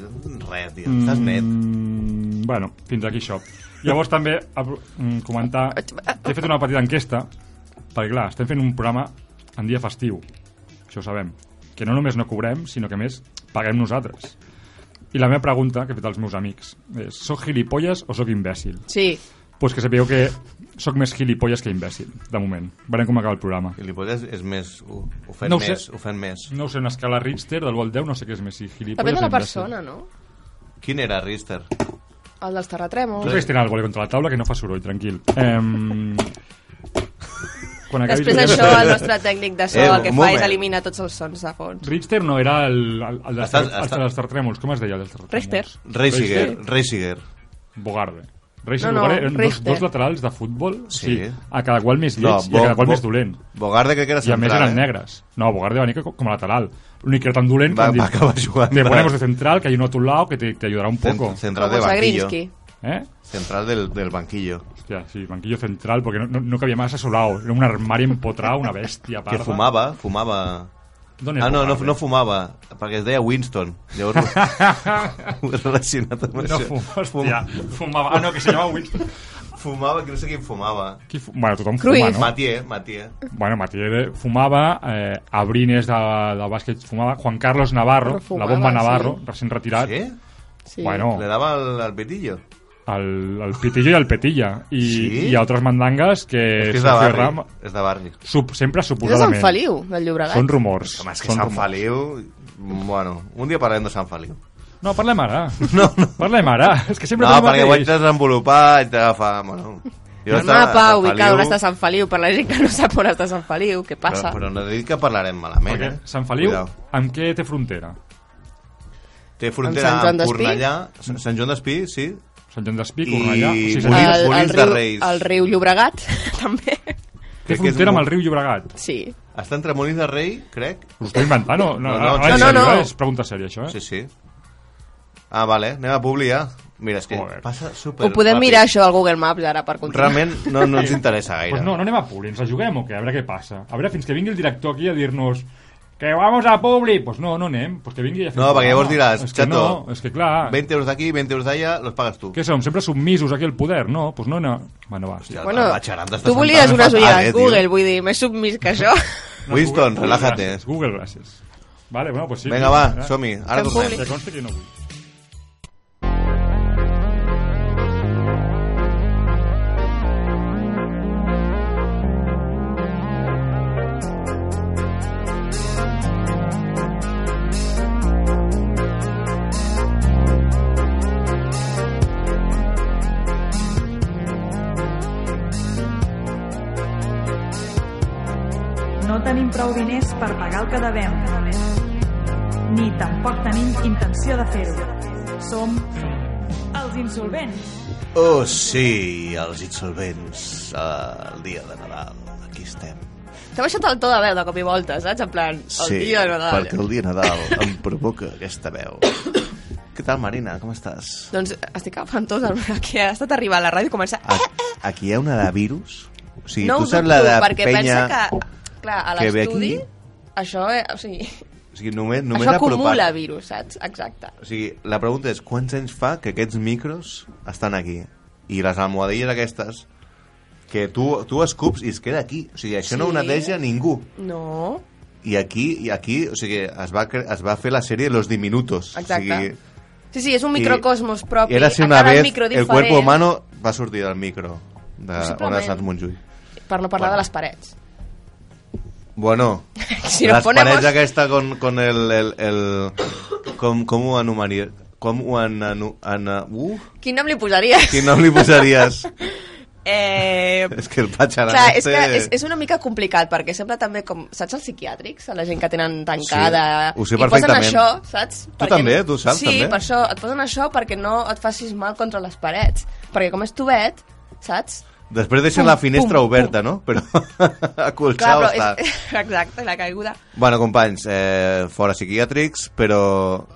S2: Res, tio. Estàs net.
S3: Mm, bueno, fins aquí això. Llavors també apro- mm, comentar que he fet una petita enquesta perquè clar, estem fent un programa en dia festiu, això ho sabem que no només no cobrem, sinó que a més paguem nosaltres i la meva pregunta que he fet als meus amics és soc gilipolles o sóc imbècil?
S4: Sí,
S3: Pues que sapigueu que sóc més gilipolles que imbècil, de moment. Veurem com acaba el programa.
S2: I li podries... És més... ho- Ho fent
S3: No ho sé.
S2: més. Ho fent més.
S3: No ho sé, una escala Richter del vol 10 no sé què és més, si gilipolles
S4: depèn de
S3: o
S4: la
S3: imbècil.
S4: persona, no?
S2: Quin era Rister?
S4: El dels
S3: Tu
S4: terratrèmols.
S3: segueix tirant el vole contra la taula que no fa soroll, tranquil. Em... Quan acabis
S4: Després
S3: de-
S4: això el nostre tècnic de so
S2: Eh,
S4: el que
S2: un
S4: fa
S2: moment.
S4: és eliminar tots els sons de fons.
S3: Richter no era el, el, el, dels,
S2: Està-
S3: tar- els,
S2: està-
S3: dels terratrèmols, com es deia? Els terratrèmols?
S4: Richter.
S2: Reisiger. Reisiger.
S3: Bogarde. Reixiger,
S4: No, no,
S3: Bogarde, eren dos,
S4: Richter.
S3: dos laterals de futbol,
S2: Sí.
S3: sí. o sigui, a cada qual més lleig i a cada qual més dolent.
S2: Bogarde crec que era
S3: I a
S2: central.
S3: més eren
S2: eh?
S3: negres. No, Bogarde va venir com, com a lateral. L'únic que era tan dolent
S2: Va-
S3: que
S2: va acabar jugant
S3: Te
S2: de-
S3: ponemos de central, que hay uno a tu lado que te, te ayudará un
S2: Cent-
S3: poco.
S2: Central
S4: Com
S2: de
S4: el
S2: banquillo.
S4: Sagrinsky.
S3: ¿Eh?
S2: Central del, del banquillo.
S3: Hostia, sí, banquillo central, porque no, no, no cabía más a su lado. Era un armario empotrado, una bestia
S2: Que
S3: parda.
S2: fumava, fumaba...
S3: ¿Dónde es
S2: Ah, no, no,
S3: Bogarde?
S2: no fumava, perquè es deia Winston. Llavors ho he relacionat amb
S3: No,
S2: això.
S3: fum,
S2: Fum-
S3: hòstia, fumava. Ah, no, que se llamava Winston.
S2: Fumava, que no sé qui fumava.
S3: Qui fu... Bueno, tothom
S4: Cruyff.
S3: fuma, no?
S2: Matier, Matier.
S3: Bueno, Matier fumava, eh, Abrines de, de bàsquet fumava, Juan Carlos Navarro,
S4: Però fumava,
S3: la bomba
S4: sí.
S3: Navarro, recent retirat.
S2: Sí?
S4: Sí.
S3: Bueno,
S2: Le daba al, al pitillo.
S3: el, el Pitillo i el Petilla. I,
S2: Sí?
S3: i altres mandangues que...
S2: És que és de
S3: Sergio
S2: barri.
S3: Ram-
S2: És de barri.
S3: Sup, sempre
S4: És de Sant
S3: suposadament.
S4: Feliu, del Llobregat.
S3: Són rumors.
S2: Home, és que
S3: són
S2: Sant
S3: rumors.
S2: Feliu... Bueno, un dia parlarem de Sant Feliu.
S3: No, parlem ara. No, no. Parlem ara. És que sempre
S2: No,
S3: fem el
S2: perquè ho vaig
S3: mateix.
S2: desenvolupar, haig d'agafar... Bueno, jo
S4: El
S2: estava a
S4: mapa
S2: Sant
S4: ubicat on
S2: Feliu,
S4: està Sant Feliu, per la gent que no sap on està Sant Feliu, què passa?
S2: Però, però no he dit que parlarem malament,
S3: Perquè
S2: eh?
S3: Sant Feliu,
S2: Cuidao.
S3: amb què té frontera?
S2: Té frontera
S4: Sant
S2: amb,
S4: Joan
S2: Sant
S4: d'Espí?
S2: Cornellà, Sant Sant Joan d'Espí, sí.
S3: Sant Joan d'Espí,
S2: I
S3: Cornellà... O
S2: Molins-
S3: sigui, Sant-
S4: el, el,
S2: Molins de
S4: riu,
S2: Reis.
S4: el riu Llobregat, també.
S3: té
S2: crec que és
S3: frontera amb
S2: un-
S3: el riu Llobregat.
S4: Sí.
S2: Està entre Molins de Rei, crec.
S3: Us ho estic inventant? No, no,
S2: Oh, No, ah, no,
S3: no, no,
S2: en
S3: no,
S4: sèrio. No, no.
S3: És pregunta sèria, això, eh?
S2: Sí, sí. Ah, vale, anem a publi ja. Mira, és que
S3: Joder.
S2: passa super
S4: Ho podem
S2: ràpid.
S4: mirar, això, del Google Maps, ara, per continuar.
S2: Realment no, no ens interessa gaire.
S3: Pues no, no anem a Publi, ens la juguem o què? A veure què passa. A veure, fins que vingui el director aquí a dir-nos que vamos a Publi. Pues no, no anem, pues que vingui... i ja fem
S2: No, perquè llavors
S3: programa.
S2: diràs,
S3: és que no,
S2: "Chato,
S3: és que clar...
S2: 20 euros d'aquí, 20 euros d'allà, los pagas tu.
S3: Què som, sempre submisos aquí al poder? No, doncs no, no. Bueno, va, hòstia.
S4: Bueno,
S2: La xaranda està
S4: tu volies
S2: sentada
S4: unes
S2: fatal,
S4: ulleres
S2: eh, tio.
S4: Google, vull dir, més submís que això.
S2: Winston, relájate.
S3: Gràcies, Google, gràcies. Vale, bueno, pues sí.
S2: Vinga, va, som-hi. Ara
S4: Fem
S2: tornem.
S4: publi.
S3: Que consti que jo no vull.
S6: No tenim prou diners per pagar el que devem. Ni tampoc tenim intenció de fer-ho. Som els insolvents.
S2: Oh, sí, els insolvents, eh, el dia de Nadal. Aquí estem.
S4: T'ha baixat el to de veu de cop i volta, saps? En plan, el
S2: sí,
S4: dia de Nadal.
S2: perquè el dia de Nadal em provoca aquesta veu. Què tal, Marina? Com estàs?
S4: Doncs estic afantosa, que ha estat arribar a la ràdio i començar...
S2: A- Aquí hi ha una de virus? O sigui,
S4: no
S2: Ah, tu
S4: ho
S2: saps
S4: dubto,
S2: la de
S4: perquè
S2: penya...
S4: pensa que, clar, a
S2: que ve
S4: l'estudi...
S2: aquí?
S4: Això, eh, o sigui,
S2: O sigui, només, només
S4: això acumula
S2: apropar...
S4: virus, saps? Exacte.
S2: O sigui, la pregunta és quants anys fa que aquests micros estan aquí? I les almohadilles aquestes que tu, tu escups i es queda aquí. O sigui, això no ho
S4: Sí.
S2: neteja ningú.
S4: No,
S2: I aquí, i aquí o sigui, es, va, cre- es va fer la sèrie Los Diminutos.
S4: Exacte.
S2: O sigui,
S4: Sí, sí, és un microcosmos propi.
S2: Era si
S4: a
S2: una
S4: cada
S2: vez
S4: micro
S2: el
S4: diferent,
S2: cuerpo humano va sortir del micro de
S4: Possiblement.
S2: Ona Sants Montjuïc.
S4: Per no parlar
S2: Bueno.
S4: de les parets.
S2: Bueno,
S4: Si
S2: las
S4: nos ponemos...
S2: paredes aquesta con, con el... el, el com, com ho anomenaria? Com ho anu... Ana, uh,
S4: Quin nom li posaries?
S2: quin nom li posaries?
S4: Eh...
S2: és que el patxaran
S4: Clar, és
S2: este-
S4: que és, és una mica complicat, perquè sempre també com... Saps els psiquiàtrics? A la gent que tenen tancada...
S2: Sí, ho sé
S4: I posen
S2: perfectament.
S4: això, saps?
S2: Tu també, tu saps,
S4: sí,
S2: també.
S4: per això, et posen això perquè no et facis mal contra les parets. Perquè com és tuvet, saps?
S2: Després deixen
S4: Pum,
S2: la finestra
S4: pum,
S2: oberta, no? Però
S4: Clar,
S2: acolxau està.
S4: és... Exacte, la caiguda.
S2: Bueno, companys, eh, fora psiquiàtrics, però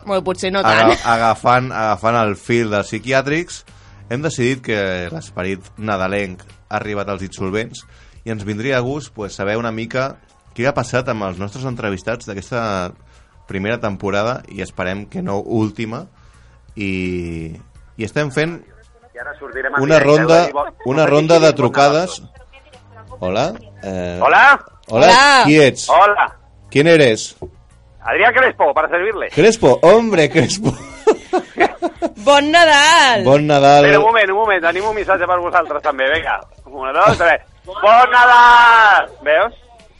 S4: Bueno, potser no tant.
S2: aga agafant, agafant el fil dels psiquiàtrics, hem decidit que l'esperit nadalenc ha arribat als insolvents i ens vindria a gust pues, saber una mica què ha passat amb els nostres entrevistats d'aquesta primera temporada i esperem que no última i, i estem fent una ronda, una ronda de trucades Hola eh,
S10: Hola,
S2: Hola,
S4: Hola.
S2: qui ets?
S10: hola.
S2: ¿Quién eres?
S10: Adrián Crespo, para servirle.
S2: Crespo, hombre, Crespo.
S4: Bon Nadal!
S2: Bon Nadal.
S10: Però un moment, un moment, tenim un missatge per vosaltres també, vinga. Una, dos, tres. Bon Nadal! Veus?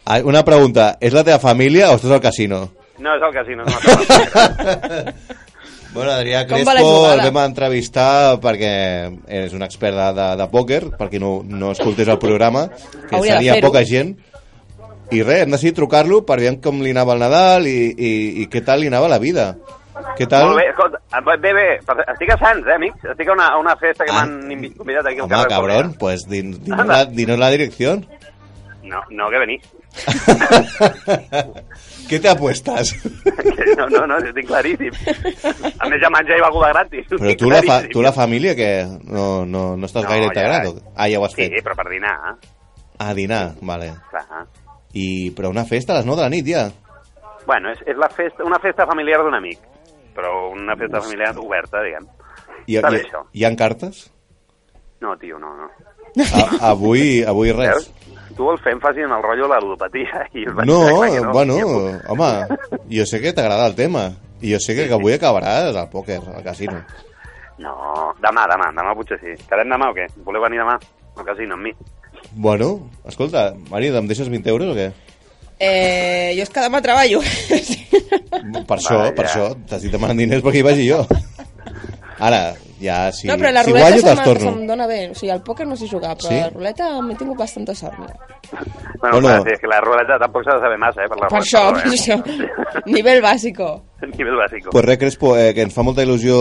S2: Ai, Una pregunta, ¿es la teva familia o estás al casino?
S10: No és el casino, és una altra cosa.
S2: Bueno, Adrià
S4: Com va
S2: Crespo
S4: la
S2: el
S4: jugada?
S2: vam entrevistar perquè és un expert de, de, de pòquer, perquè no, no escoltés el programa, que
S4: Hauria de
S2: seria
S4: fer-ho.
S2: poca gent. I res, hem decidit trucar-lo per veure com li anava el Nadal i, i, i què tal li anava la vida. Què tal?
S10: Molt bé, escolta, eh, bé, bé, per- estic a Sants, eh, amics? Estic a una, a una festa que m'han invi- convidat
S2: Ah.
S10: aquí al
S2: Home,
S10: carrer.
S2: cabrón,
S10: Cornellà.
S2: pues din, dinos, la, dinos la dirección.
S10: No, no, que venir.
S2: ¿Qué te apuestas?
S10: Que no, no, no, jo estic claríssim. A més, ja menjar i beguda gratis.
S2: Però tu la, fa, tu la família que no, no, no estàs
S10: No,
S2: gaire
S10: ja.
S2: integrat? o- Ah, ja ho has
S10: Sí,
S2: fet.
S10: però per dinar, eh?
S2: A dinar, vale.
S10: clar.
S2: I, però una festa a les 9 de la nit, ja.
S10: Bueno, és, és la festa, una festa familiar d'un amic, però una festa familiar oberta, diguem.
S2: I,
S10: Està
S2: i,
S10: bé, això.
S2: hi han cartes?
S10: No, tio, no, no.
S2: A, avui, avui res.
S10: Veus? Tu vols fer èmfasi en el rotllo de la ludopatia. I us vaig
S2: No,
S10: dir, clar que no,
S2: bueno,
S10: tio.
S2: home, jo sé que t'agrada el tema. I jo sé que, que avui acabaràs al pòquer, al casino.
S10: No, demà, demà, demà potser sí. Quedem demà o què? Voleu venir demà? Al casino, amb mi.
S2: Bueno, escolta, Marina, em deixes 20 euros o què?
S4: Eh, jo és que demà treballo.
S2: Per això,
S10: Vaja.
S2: per això, t'estic demanant diners perquè hi vagi jo. Ara, ja, si,
S4: no, però la
S2: si
S4: ruleta
S2: guanyo te'ls
S4: se'm, se
S2: torno.
S4: em dona bé. O sigui, el pòquer no sé jugar, però
S2: Sí?
S4: la ruleta m'he tingut bastanta sort. Mira.
S2: Bueno.
S10: Bueno, clar, sí, és que la ruleta tampoc s'ha de saber massa, eh? Per, la
S4: Per
S10: ruleta,
S4: això,
S10: però,
S4: per això.
S10: eh?
S4: Nivell bàsico.
S10: Nivell bàsico.
S2: Pues res, Crespo, eh, que ens fa molta il·lusió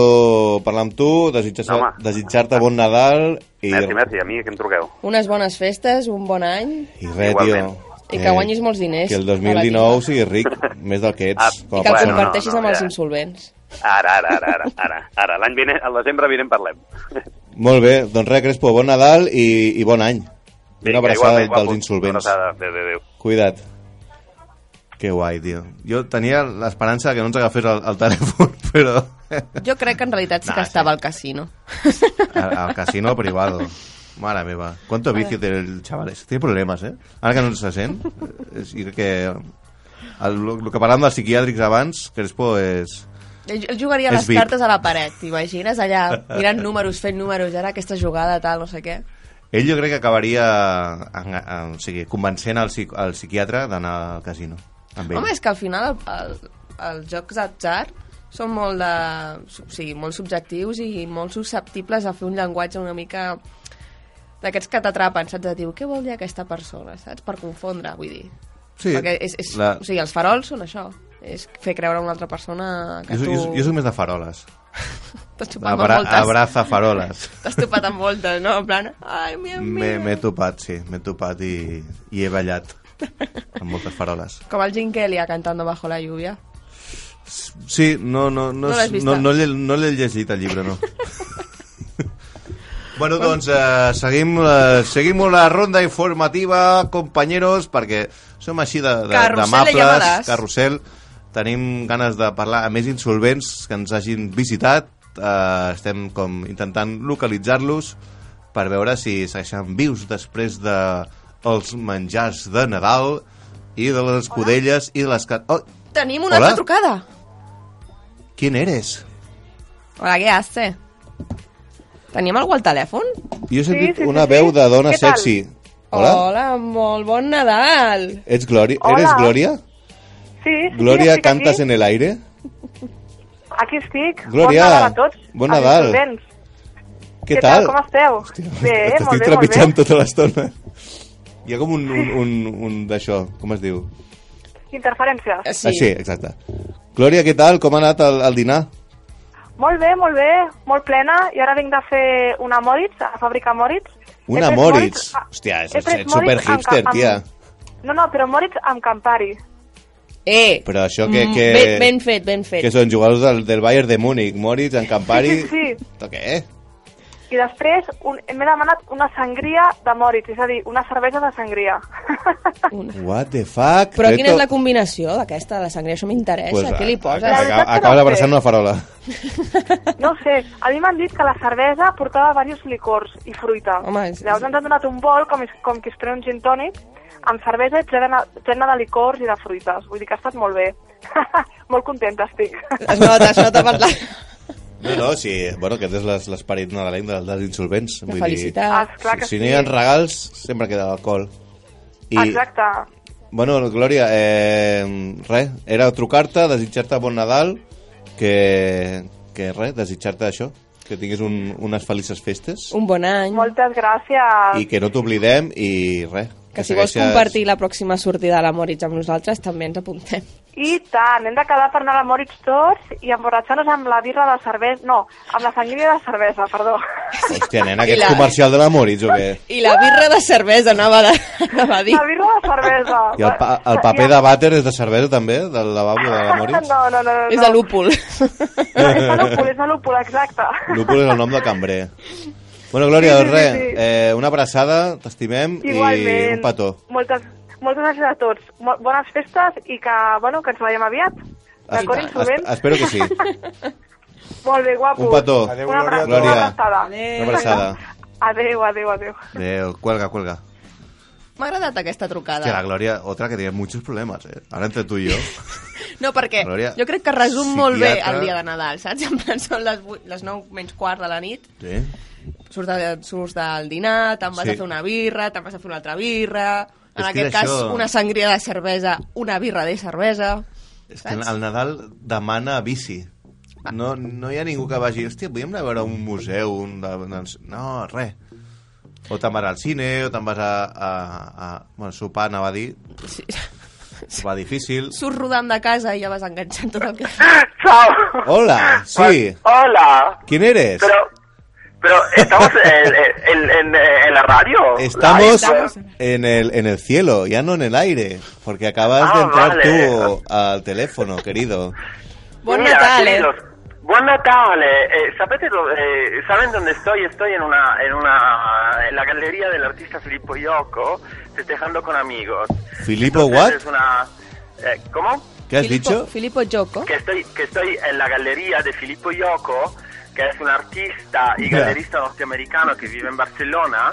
S2: parlar amb tu, desitjar-se-
S10: Home.
S2: desitjar-te bon Nadal i,
S10: Merci, merci, a mi que em truqueu.
S4: Unes bones festes, un bon any.
S2: i res, tio.
S10: Igualment.
S4: I que guanyis molts diners.
S2: Que el
S4: a la
S2: 2019 siguis ric, més del que
S10: Ah,
S11: Ah,
S2: ets.
S4: I
S2: com a
S4: que el
S2: persona.
S4: comparteixis amb els
S11: ja.
S4: insolvents.
S11: Ara, ara, ara, ara, ara. ara. L'any vinent, al desembre vinent parlem.
S2: Molt bé, doncs res, Crespo, bon Nadal i, i bon any. Una abraçada
S11: igualment,
S2: dels
S11: guapos.
S2: insolvents.
S11: Una abraçada. Adéu, adéu, adéu.
S2: Cuida't. Que guai, tio. Jo tenia l'esperança que no ens agafés el, el telèfon, però... eh,
S4: Jo crec que en realitat sí que estava al casino.
S2: Al, al casino privado. Mare meva. Cuánto vicio té el xaval. este. Té problemes, eh? Ara que no ens se sent. eh, És dir que... El, el que parlàvem dels psiquiàtrics abans, Crespo és...
S4: Eh, Jo jo jugaria
S2: És
S4: les
S2: VIP.
S4: cartes a la paret, t'imagines? Allà mirant números, fent números, ara aquesta jugada, tal, no sé què.
S2: Ell jo crec que acabaria en, en, o sigui, convencent el, psic- el psiquiatre d'anar al casino. Amb ell.
S4: Home, és que al final el, el, els jocs d'atzar són molt, de, o sigui, molt subjectius i molt susceptibles a fer un llenguatge una mica d'aquests que t'atrapen, saps? De dir, què vol dir aquesta persona, saps? Per confondre, vull dir.
S2: Sí,
S4: Perquè és, és,
S2: la-
S4: la... o sigui, els farols són això. És fer creure a una altra persona que
S2: jo, soc,
S4: tu
S2: jo, soc- jo soc més de faroles.
S4: t'has topat amb
S2: Abra,
S4: voltes.
S2: abraza faroles.
S4: T'has topat amb voltes, no? En plan, ai, mira, mira.
S2: M'he m'he topat, sí. M'he topat i, i he ballat amb moltes faroles.
S4: Com el Jim Kelly a Cantando bajo la lluvia.
S2: Sí, no, no, no,
S4: No l'has
S2: no,
S4: vista?
S2: no, l'he- no l'he llegit el llibre, no. bueno, doncs eh, seguim, eh, seguim la ronda informativa, companyeros, perquè som així de, de,
S4: Carrusel de
S2: de mables,
S4: llamades.
S2: carrusel. Tenim ganes de parlar a més insolvents que ens hagin visitat. Eh, estem com intentant localitzar-los per veure si segueixen vius després de els menjars de Nadal i de les escudelles i de les... ca- Oh,
S4: Tenim una
S2: Hola?
S4: altra trucada.
S2: ¿Quién eres?
S4: Hola, què hace? Tenim algú al telèfon?
S2: Jo he sentit
S12: sí, sí,
S2: una
S12: sí.
S2: veu de dona
S12: Què tal?
S2: sexy. Hola?
S4: Hola, molt bon Nadal.
S2: Ets Gloria?
S12: Hola.
S2: Eres Gloria?
S12: Sí, sí,
S2: Gloria,
S12: estic
S2: cantas
S12: aquí.
S2: en el aire?
S12: Aquí estic.
S2: Glòria,
S12: bon Nadal a tots.
S2: bon
S12: als
S2: Nadal.
S12: insolvents.
S2: Què
S12: Què
S2: tal?
S12: tal? Com esteu? Hòstia, bé, molt
S2: T'estic
S12: bé, molt bé.
S2: trepitjant tota l'estona. Hi ha com un, un, un, un d'això, com es diu?
S12: Interferències.
S2: Així, exacte. Glòria, què tal? Com ha anat el, el dinar?
S12: Molt bé, molt bé, molt plena. I ara vinc de fer una Moritz, a la fàbrica Moritz.
S2: Una
S12: He pres
S2: Moritz.
S12: ah,
S2: Hòstia, és,
S12: he
S2: ets,
S12: pres
S2: ets super hipster,
S12: amb,
S2: tia.
S4: Mm,
S12: Amb... No, no, però Moritz amb Campari.
S4: Eh,
S2: Però això que...
S4: mm,
S2: que
S4: ben, ben fet, ben fet.
S2: Que són jugadors del, del Bayern de Múnich. Moritz, en Campari...
S12: Sí,
S2: eh?
S12: sí, sí.
S2: Esto què?
S12: I després un, m'he demanat una sangria de Moritz, és a dir, una cervesa de sangria.
S2: What the fuck?
S4: Però quina és
S2: Esto-
S4: la combinació d'aquesta, de sangria? Això m'interessa,
S2: Pues,
S4: què li
S2: a-
S4: poses?
S2: a- a- Acabes abraçant una farola.
S12: No ho sé, a mi m'han dit que la cervesa portava diversos licors i fruita.
S4: Home, és-
S12: Llavors ens han donat un bol, com, és, com que es pren un gin tònic, amb cervesa plena, plena de licors i de fruites. Vull dir que ha estat molt bé. molt contenta estic.
S4: Es nota, es nota per la...
S2: No, no, sí, bueno, aquest és les- l'esperit nadalenc dels, dels insolvents. vull dir,
S4: felicitat.
S12: Ah, clar que
S2: si, si
S12: sí.
S2: no hi ha regals, sempre queda alcohol. I,
S12: Exacte.
S2: Bueno, Glòria, eh, res, era trucar-te, desitjar-te bon Nadal, que, que res, desitjar-te això, que tinguis un, unes felices festes
S4: Un bon any.
S12: Moltes gràcies.
S2: i que no t'oblidem i res.
S4: Que si vols compartir la pròxima sortida a la Moritz amb nosaltres, també ens apuntem.
S12: I tant, hem de quedar per anar a la Moritz tots i emborratxar-nos amb la birra de cervesa... No, amb la sangria de cervesa, perdó.
S2: Hòstia, nena,
S4: I
S2: aquest
S4: la-
S2: comercial de la Moritz o què?
S4: I la birra de cervesa anava, de, anava a dir.
S12: La birra de cervesa.
S2: I el, pa el paper de vàter és de cervesa també, del lavabo de la Moritz?
S12: No, no, no. no, no.
S4: És de lúpul.
S12: No, és de lúpul, és de lúpul, exacte.
S2: Lúpul és el nom del cambrer. Bueno, Glòria,
S12: Sí, sí,
S2: doncs res,
S12: sí, sí.
S2: eh, una abraçada, t'estimem i
S12: Igualment.
S2: Eh, un petó.
S12: Moltes, moltes gràcies a tots. Mo- Bones festes i que, bueno, que ens veiem aviat. D'acord,
S2: Es-
S12: insolvent?
S2: es- espero que sí.
S12: Molt bé, guapos.
S2: Un petó.
S9: Adéu,
S12: Una
S9: Glòria, a
S12: abraçada.
S2: tots.
S12: Una abraçada.
S2: Una abraçada.
S12: Adéu, adéu, adéu.
S2: Adéu, cuelga, cuelga.
S4: M'ha agradat aquesta trucada.
S2: Que la Glòria, otra que tiene muchos problemas, eh. Ahora entre tú y yo.
S4: No, perquè
S2: Glòria,
S4: jo crec que resum molt bé
S2: psiquiatra.
S4: el dia de Nadal, saps? En plan, són les, 8, les 9 menys quart de la nit,
S2: Sí.
S4: surts, de, surts del dinar, te'n vas
S2: Sí.
S4: sí. a fer una birra, te'n vas a fer una altra birra,
S2: És
S4: en
S2: que
S4: aquest
S2: és
S4: cas
S2: això.
S4: una sangria de cervesa, una birra de cervesa...
S2: És que el Nadal demana bici. No, no hi ha ningú que vagi, hòstia, podríem anar a veure un museu, un... de- doncs, No, res. O te'n vas al cine, o te'n vas a... a, a bueno, sopar, anava a dir.
S4: Sí.
S2: Sopar difícil.
S4: Surts rodant de casa i ja vas enganxant tot el que...
S11: Ciao.
S2: Hola, sí.
S11: Hola.
S2: ¿Quién eres?
S11: Però Pero estamos en, en- en- eh, en la radio. pues.
S2: Estamos
S11: Live.
S2: en el, en el cielo, ya no en el aire, porque acabas
S11: Ah,
S2: de entrar
S11: vale.
S2: tú al teléfono, querido.
S4: Buen
S11: Mira,
S4: Natal, eh.
S11: queridos, Buen Natal. eh, eh, ¿sabete lo- eh, ¿Saben dónde estoy? Estoy en una, en una, en la galería del artista Filippo Yoko, festejando con amigos.
S2: Filippo,
S11: Entonces,
S2: what?
S11: es una- eh, ¿Cómo?
S2: ¿Qué has dicho?
S4: Filippo Gioco.
S11: Que estoy, que estoy en la galería de Filippo Yoko, que es un artista y
S2: Ya.
S11: galerista norteamericano que vive en Barcelona.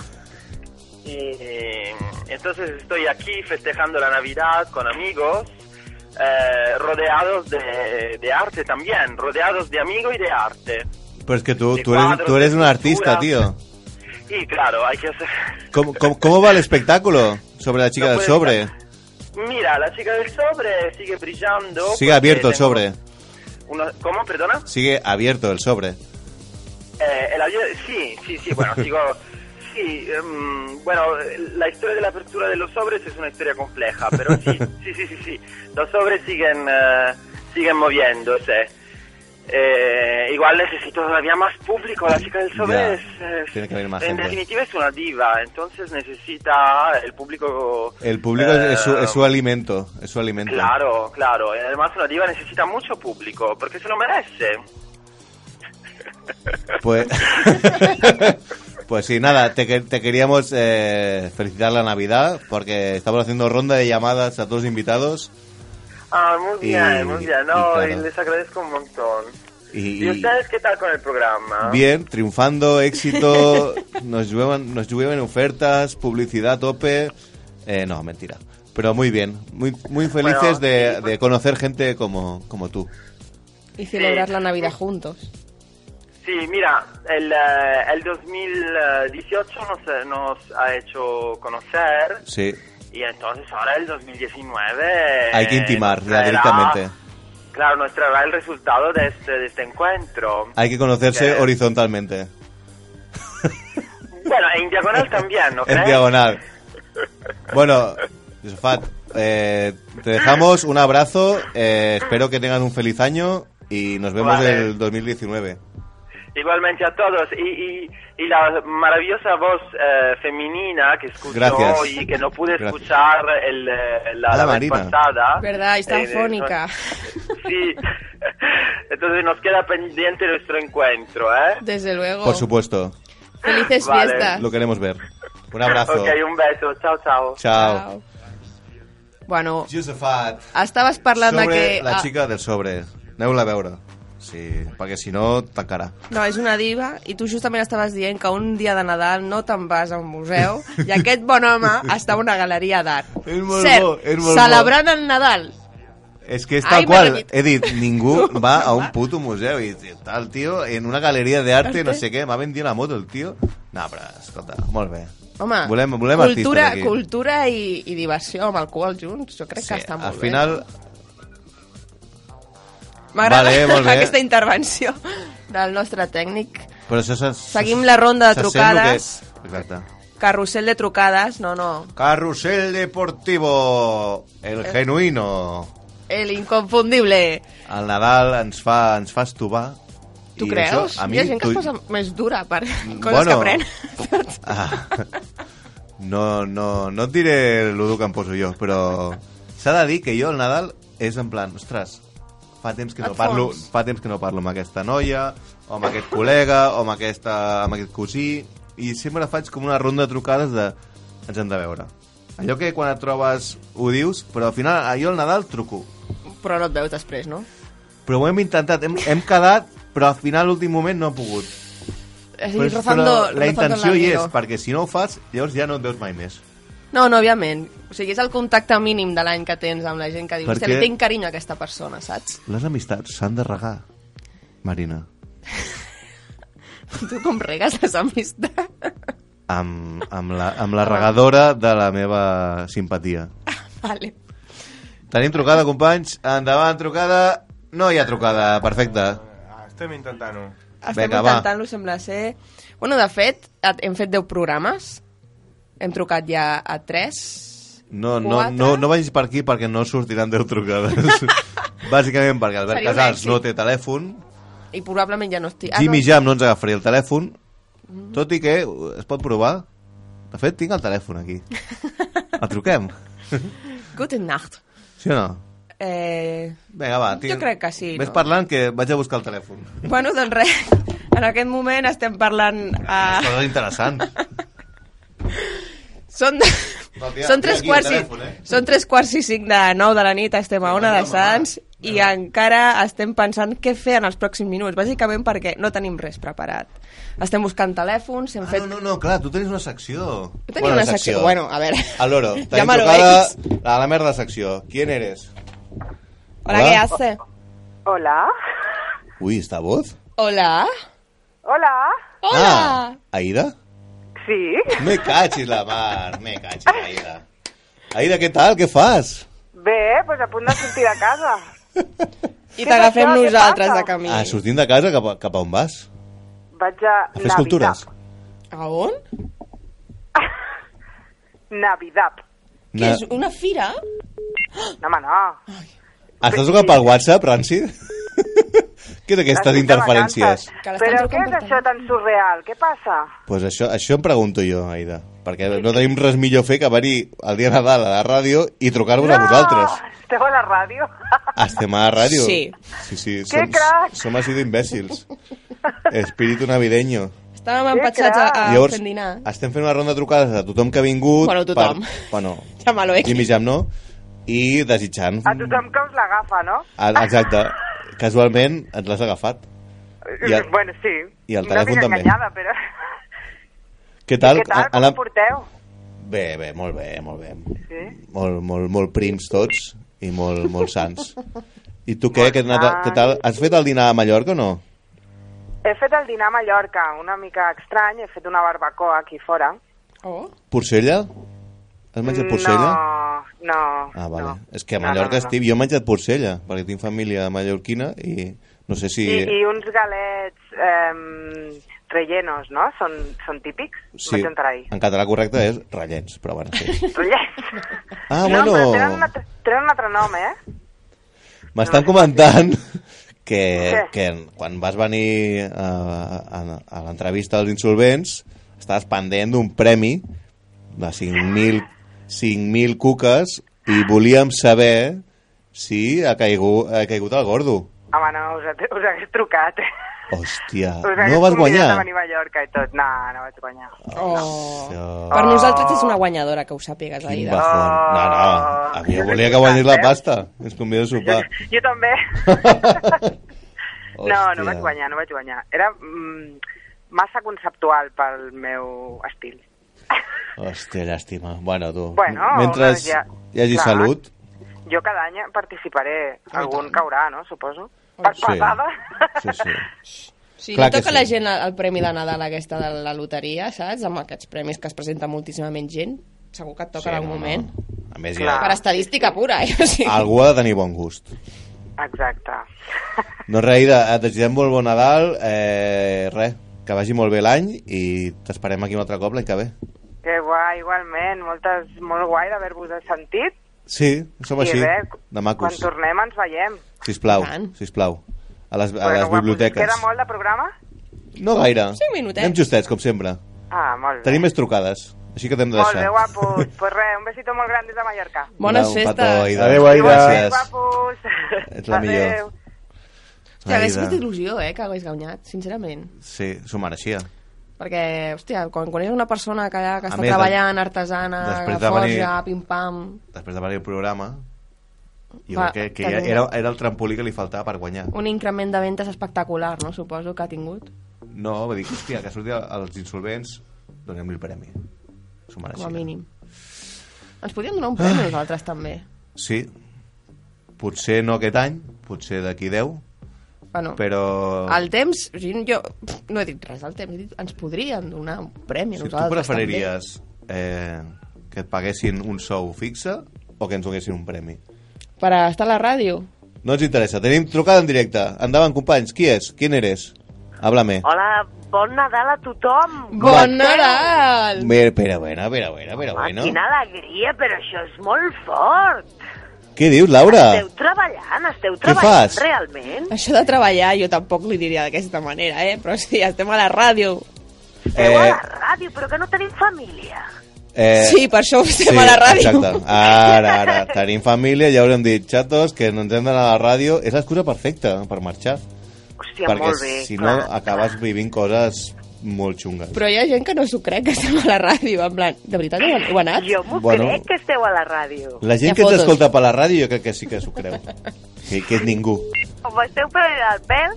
S11: Y, eh, entonces estoy aquí festejando la Navidad con amigos, eh, rodeados de, de arte también, rodeados de amigos y de arte.
S2: Pues que tú,
S11: de
S2: tú eres,
S11: cuadros,
S2: tú eres
S11: de
S2: un artista, tío.
S11: pintura. Y claro, hay que hacer...
S2: ¿Cómo, cómo, cómo va el espectáculo sobre la chica
S11: No
S2: del
S11: puede
S2: sobre?
S11: Mira, la chica del sobre sigue brillando.
S2: Sigue
S11: porque
S2: abierto el
S11: tengo
S2: sobre.
S11: uno- ¿Cómo? ¿Perdona?
S2: Sigue abierto el sobre.
S11: Eh, el avión, sí, sí, sí, bueno, digo, sí, em, bueno, la historia de la apertura de los sobres es una historia compleja, pero sí, sí, sí, sí, sí, los sobres siguen, eh, siguen moviéndose. Eh, igual necesito todavía más público, la chica del sobre
S2: Ya,
S11: es, eh,
S2: tiene que haber más
S11: en
S2: gente.
S11: definitiva es una diva, entonces necesita el público...
S2: El público
S11: eh,
S2: es, su, es su alimento, es su alimento.
S11: Claro, claro, y además una diva necesita mucho público, porque se lo merece.
S2: Pues, pues sí, nada, te, que- te queríamos eh, felicitar la Navidad porque estamos haciendo ronda de llamadas a todos los invitados
S11: Ah, muy
S2: Y-
S11: bien, muy bien. No,
S2: y claro.
S11: y les agradezco un montón.
S2: y,
S11: ¿Y
S2: y
S11: ustedes qué tal con el programa?
S2: bien, triunfando, éxito, nos lluevan, nos llueven ofertas, publicidad a tope. Eh, no, mentira. Pero muy bien, muy, muy felices
S11: Bueno, eh,
S2: de,
S11: sí,
S2: de conocer gente como, como tú.
S4: Y celebrar la Navidad juntos.
S11: Sí, mira, el, eh, el 2018 nos, eh, nos ha hecho conocer
S2: Sí,
S11: y entonces ahora el 2019...
S2: hay que intimar
S11: nos
S2: ya
S11: traerá-
S2: directamente.
S11: Claro, nos traerá el resultado de este, de este encuentro.
S2: Hay que conocerse
S11: Eh,
S2: horizontalmente,
S11: Bueno, en diagonal también, ¿no
S2: en
S11: crees?
S2: diagonal. Bueno, Josafat, eh, te dejamos un abrazo, eh, espero que tengas un feliz año y nos vemos
S11: Vale.
S2: el 2019.
S11: Igualmente a todos. Y, y- y la maravillosa voz eh, femenina que escucho
S2: Gracias.
S11: hoy, que no pude
S2: Gracias.
S11: escuchar el, eh, la,
S2: Ah,
S11: la vez
S2: Marina.
S11: pasada.
S4: ¿Verdad? Está
S11: Eh,
S4: fónica.
S11: Sí. Entonces nos queda pendiente nuestro encuentro, ¿eh?
S4: Desde luego.
S2: Por supuesto,
S4: Felices
S11: Vale.
S4: fiestas.
S2: lo queremos ver. Un abrazo.
S11: Ok, un beso. Chao, chao.
S2: Chao.
S4: Bueno,
S2: Josafat,
S4: estaves parlant de
S2: sobre
S4: que...
S2: la
S4: ah,
S2: chica del sobre. Aneu-la a veure. Sí, perquè si no, tancarà.
S4: No, és una diva i tu justament estaves dient que un dia de Nadal no te'n vas a un museu i aquest bon home està a una galeria d'art.
S2: És molt
S4: Cert,
S2: bo, és molt
S4: celebrant el Nadal.
S2: És que és
S4: Ai,
S2: tal qual.
S4: Margarita.
S2: He dit, ningú va a un puto museu. I dic, tal, tío, en una galeria d'arte, no sé què, m'ha vendit la moto, el tio. No, però, escolta, molt bé.
S4: Home,
S2: volem, volem
S4: cultura,
S2: artistes aquí.
S4: cultura i, i diversió amb alcohol junts, jo crec sí, que està Ah, molt
S2: Al final,
S4: bé. M'agrada
S2: Vale, molt bé.
S4: aquesta intervenció del nostre tècnic.
S2: però això se,
S4: Seguim la ronda de
S2: se sent lo que
S4: trucades.
S2: és. Exacte.
S4: Carrusel de trucades, no, no.
S2: Carrusel Deportivo,
S4: Eh.
S2: el genuino.
S4: El inconfundible.
S2: El Nadal ens fa, ens fa estovar.
S4: Tu
S2: I
S4: creus?
S2: això, a mi,
S4: Hi ha gent que
S2: tu- Mm,
S4: es posa més dura per coses
S2: Bueno.
S4: que pren.
S2: Ah, no, no, no et diré el que em poso jo, però s'ha de dir que jo el Nadal és en plan, ostres, fa temps que no
S4: Et
S2: parlo,
S4: fons.
S2: fa temps que no parlo amb aquesta noia, o amb aquest col·lega, o amb, aquesta, amb aquest cosí, i sempre faig com una ronda de trucades de ens hem de veure. Allò que quan et trobes ho dius, però al final a jo el Nadal truco.
S4: Però no et veus després, no?
S2: Però ho hem intentat, hem, hem quedat, però al final l'últim moment no ha pogut. Però
S4: És a dir,
S2: és-
S4: rozando,
S2: però
S4: rozando
S2: la intenció hi és,
S4: l'amigo.
S2: perquè si no ho fas, llavors ja no et veus mai més.
S4: No, no, òbviament. O sigui, és el contacte mínim de l'any que tens amb la gent que dius,
S2: Per
S4: hòstia,
S2: què?
S4: li tinc carinyo a aquesta persona, saps?
S2: Les amistats s'han de regar, Marina,
S4: Tu com regues les amistats?
S2: amb, amb, la, amb la regadora de la meva simpatia.
S4: vale.
S2: Tenim trucada, companys. Endavant, trucada. No hi ha trucada, perfecte.
S9: Estem intentant-ho.
S4: Estem
S2: Vinga, va.
S4: intentant-lo, sembla ser... Bueno, de fet, et- hem fet 10 programes. Hem trucat ja a 3.
S2: No, no,
S4: Quatre?
S2: no, no vagis per aquí perquè no sortiran 10 trucades. Bàsicament perquè Albert
S4: Seria un
S2: Casals
S4: èxit.
S2: no té telèfon,
S4: I probablement ja no estic...
S2: Jimmy
S4: no.
S2: Jam no ens agafaria el telèfon,
S4: Mhm.
S2: Tot i que eh, es pot provar. De fet, tinc el telèfon aquí. El truquem,
S4: Guten Nacht.
S2: sí o no?
S4: Eh,
S2: Vinga, va.
S4: Jo crec que sí,
S2: Ves
S4: no?
S2: parlant que vaig a buscar el telèfon.
S4: bueno, doncs res, en aquest moment estem parlant... A...
S2: Però és interessant.
S4: Són, de...
S2: Va, tia,
S4: són,
S2: tia,
S4: tres
S2: aquí,
S4: quarts
S2: el
S4: i...
S2: telèfon, eh?
S4: són tres quarts i cinc de nou de la nit, estem a Ona de Sants i encara estem pensant què fer en els pròxims minuts, bàsicament perquè no tenim res preparat. Estem buscant telèfons, hem
S2: Ah,
S4: fet...
S2: no, no, no, clar, tu tenies una secció.
S4: Jo tenia una secció, bueno, a veure.
S2: A l'oro, tenim
S4: Ja me lo
S2: trucada
S4: veis.
S2: la, la merda secció. ¿Quién eres?
S4: Hola, què hace?
S13: Hola.
S2: Uy, ¿esta voz?
S4: Hola.
S13: Hola.
S2: Ah, ¿Aida?
S13: Sí.
S2: Me cachis la mar, me cachis, Aida. Aida, què tal? Què fas?
S13: Bé, doncs a punt de sortir de casa.
S4: I
S13: Què
S4: t'agafem
S13: passa? Què
S4: nosaltres de
S13: passa?
S4: camí.
S2: Ah, sortint de casa, cap a, cap a on vas?
S13: Vaig a
S2: A fer escultures?
S4: A on?
S13: Navidad.
S4: Que
S2: Na-
S4: és una fira? Ah.
S13: No, home, no.
S2: Estàs trucant pel WhatsApp, Rancid? Què és aquestes interferències?
S13: Però què és això tan surreal? Què passa?
S2: Doncs pues això, això em pregunto jo, Aida. Perquè no tenim res millor a fer que venir el dia de Nadal a la ràdio i trucar-vos a vosaltres. Ah,
S13: Esteu a la ràdio?
S2: Estem a la ràdio.
S13: Sí.
S2: Sí, sí,
S13: Que
S2: som,
S13: crac!
S2: som així d'imbècils. Espíritu navideño.
S4: Estàvem
S13: Què
S4: empatxats a, a
S2: Llavors,
S4: fent Ah, dinar.
S2: Estem fent una ronda de trucades a tothom que ha vingut.
S4: Bueno, tothom.
S2: Per, bueno,
S4: Ja me lo he...
S2: Jimmy Jam no. I desitjant.
S13: A tothom que us l'agafa, no?
S2: Ah, Exacte. Casualment ens l'has agafat. I el-
S13: Bueno, sí.
S2: i el
S13: Una
S2: telèfon
S13: mica
S2: també.
S13: enganyada, però...
S2: Què tal?
S13: Què tal?
S2: A- a
S13: Com
S2: la-
S13: ho porteu?
S2: Bé, bé, molt bé, molt bé.
S13: Sí?
S2: Molt, molt, molt prims tots i molt, molt sants. I tu què? Què, tal,
S13: sants.
S2: què tal? Has fet el dinar a Mallorca o no?
S13: He fet el dinar a Mallorca, una mica estrany. He fet una barbacoa aquí fora.
S4: Oh.
S2: Porcella? Has menjat porcella?
S13: No, no.
S2: Ah, vale.
S13: no.
S2: És que a
S13: No, no,
S2: Mallorca
S13: no, no.
S2: estic... Jo he menjat porcella, perquè tinc família mallorquina i no sé si...
S13: I, I uns galets eh, rellenos, no? Són, són típics?
S2: sí,
S13: Vaig entrar ahir.
S2: en català correcte és rellens, però bueno, sí.
S13: Rellets.
S2: Ah,
S13: no, però
S2: bueno,
S13: tenen un, altre, tenen un altre nom, eh?
S2: m'estan comentant que,
S13: Què?
S2: que quan vas venir a, a, a l'entrevista dels insolvents estaves pendent d'un premi de 5.000 5.000 cuques i volíem saber si ha caigut, ha caigut el gordo.
S13: Home, no, Ah, us, ha- us hagués trucat.
S2: Hòstia,
S13: us hagués
S2: Ah, no vas
S13: convidat
S2: guanyar.
S13: a venir a Mallorca i tot. No, no vaig guanyar.
S4: Oh.
S2: Oh.
S4: Per nosaltres és una guanyadora, que ho sàpigues,
S2: Quin
S4: Aida.
S2: bajón. No,
S13: Ah,
S2: no, a mi jo volia que guanyés la pasta. Ens convida a sopar.
S13: Jo també. no,
S2: Hòstia.
S13: no vaig guanyar, no vaig guanyar. Era mm, massa conceptual pel meu estil.
S2: Hòstia, llàstima. Bueno, tu,
S13: Bueno,
S2: mentre
S13: doncs ja-
S2: hi hagi
S13: clar.
S2: salut,
S13: Jo cada any participaré. Algun
S4: tant.
S13: caurà, no? Suposo. Per
S2: Sí.
S13: passada.
S2: sí, sí.
S4: Sí,
S2: Clar que
S4: Clar toca
S2: sí.
S4: sí. la gent el premi de Nadal aquesta de la loteria, saps? Amb aquests premis que es presenta moltíssimament gent. Segur que et toca
S2: Sí,
S4: sí, en algun
S2: no,
S4: no, moment.
S2: A més,
S4: No. Per
S2: ja,
S4: estadística pura, eh? O sigui,
S2: algú ha de tenir bon gust.
S13: Exacte.
S2: No, res, Aida, et desitgem molt bon Nadal, eh, res, que vagi molt bé l'any i t'esperem aquí un altre cop l'any que ve.
S13: Que guai, igualment. Moltes, molt guai d'haver-vos sentit.
S2: Sí, som així,
S13: I
S2: de
S13: quan
S2: macos.
S13: tornem ens veiem.
S2: Sisplau,
S4: I tant.
S2: sisplau. A les, a
S13: Bueno,
S2: les
S13: guapos, Queda
S2: biblioteques.
S13: molt de programa?
S2: No gaire.
S4: Cinc minutets.
S2: Anem justets, com sempre.
S13: Ah, molt bé.
S2: Tenim més trucades, així que t'hem de
S13: Molt
S2: deixar.
S13: bé, guapos. pues res, un besito molt gran des de Mallorca.
S4: Bones
S2: Un
S4: festes.
S2: petó, Aida.
S14: Adéu, Aida.
S13: Igualment, guapos.
S2: Ets la millor.
S13: Adéu.
S4: Hòstia, hagués
S2: Aida.
S4: fet il·lusió, eh, que hagués guanyat, sincerament.
S2: Sí, s'ho mereixia.
S4: Perquè, hòstia, quan coneix una persona que, que
S2: A
S4: està
S2: més,
S4: treballant, artesana,
S2: després
S4: que
S2: de venir-
S4: forja, pim-pam...
S2: Després de venir el programa, jo
S4: Va,
S2: crec que, que
S4: que
S2: ja
S4: bé.
S2: era, era el trampolí que li faltava per guanyar.
S4: Un increment de ventes espectacular, no? Suposo que ha tingut.
S2: No, va dir, hòstia, que surti als insolvents, donem-li el premi. S'ho
S4: com
S2: mereixia.
S4: a mínim. Ens podíem donar un premi
S2: Ah.
S4: nosaltres també.
S2: Sí, potser no aquest any, potser d'aquí 10,
S4: Bueno,
S2: però...
S4: el temps, o sigui, jo pff, no he dit res del temps, he dit, ens podrien donar un premi a
S2: Si tu
S4: nosaltres
S2: preferiries eh, que et paguessin un sou fixe o que ens donessin un premi?
S4: també. Per estar a la ràdio.
S2: No ens interessa. Tenim trucada en directe. Endavant, companys. Qui és? Quin eres? Háblame.
S15: Hola, bon Nadal a tothom.
S4: Bon Nadal!
S2: Bé, Espera, bueno, espera, bueno, espera,
S15: Home,
S2: bueno.
S15: quina alegria, però això és molt fort.
S2: Què dius, Laura?
S15: Esteu treballant, esteu
S2: Què
S15: treballant
S2: fas?
S15: realment.
S4: Això de treballar jo tampoc li diria d'aquesta manera, eh? Però sí, estem a la ràdio.
S15: Esteu a la ràdio, però que no tenim família.
S2: Eh,
S4: Sí, per això estem a la ràdio.
S2: Exacte. Ara, ara, tenim família, ja haurem dit, xatos, que no ens hem d'anar a la ràdio. És l'excusa perfecta per marxar.
S15: Hòstia,
S2: perquè
S15: molt bé,
S2: si
S15: clar,
S2: no acabes vivint coses molt xungues.
S4: Però hi ha gent que no s'ho crec, que estem a la ràdio, en plan, de veritat heu, heu anat?
S15: Jo m'ho
S2: Bueno.
S15: crec que esteu a la ràdio.
S2: La gent que t'escolta per la ràdio jo crec que sí que s'ho creu. Que, que és ningú.
S15: O esteu prenent el pèl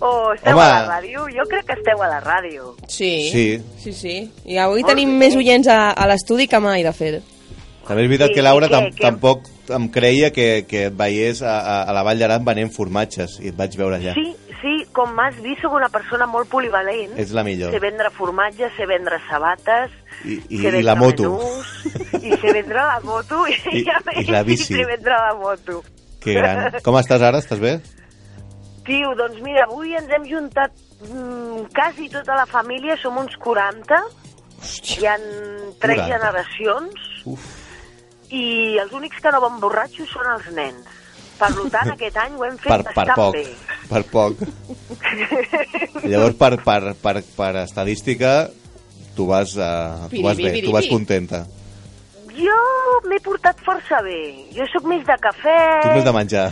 S15: o esteu
S2: Home.
S15: a la ràdio. Jo crec que esteu a la ràdio.
S4: Sí.
S2: Sí.
S4: Sí, sí. I
S15: Oh,
S4: avui tenim més oients a, a l'estudi que mai, de fet.
S2: També és veritat
S4: Sí,
S2: que Laura
S4: i què,
S2: tam
S4: què?
S2: tampoc em creia que, que et veiés a, a, a la Vall d'Aran venent formatges i et vaig veure allà.
S15: Sí, sí, com m'has vist, sóc una persona molt polivalent.
S2: És la millor.
S15: Sé vendre formatge, sé vendre sabates,
S2: I, i,
S15: sé
S2: i
S15: vendre
S2: la moto.
S15: menús, i sé vendre la moto. I,
S2: I- i la bici.
S15: I sé vendre la moto.
S2: Que gran. Com estàs ara? Estàs bé?
S15: Tio, doncs mira, avui ens hem juntat mm, quasi tota la família, som uns 40, hi han tres
S2: 40.
S15: generacions, i els únics que no van borratxos són els nens. Per lo tant, aquest any ho hem fet
S2: Per, per
S15: bastant
S2: poc.
S15: bé.
S2: Per poc. Llavors, per, per, per, per estadística, tu vas, uh, tu vas bé, tu vas contenta.
S15: Jo m'he portat força bé. Jo sóc més de cafè
S2: Tu més de menjar.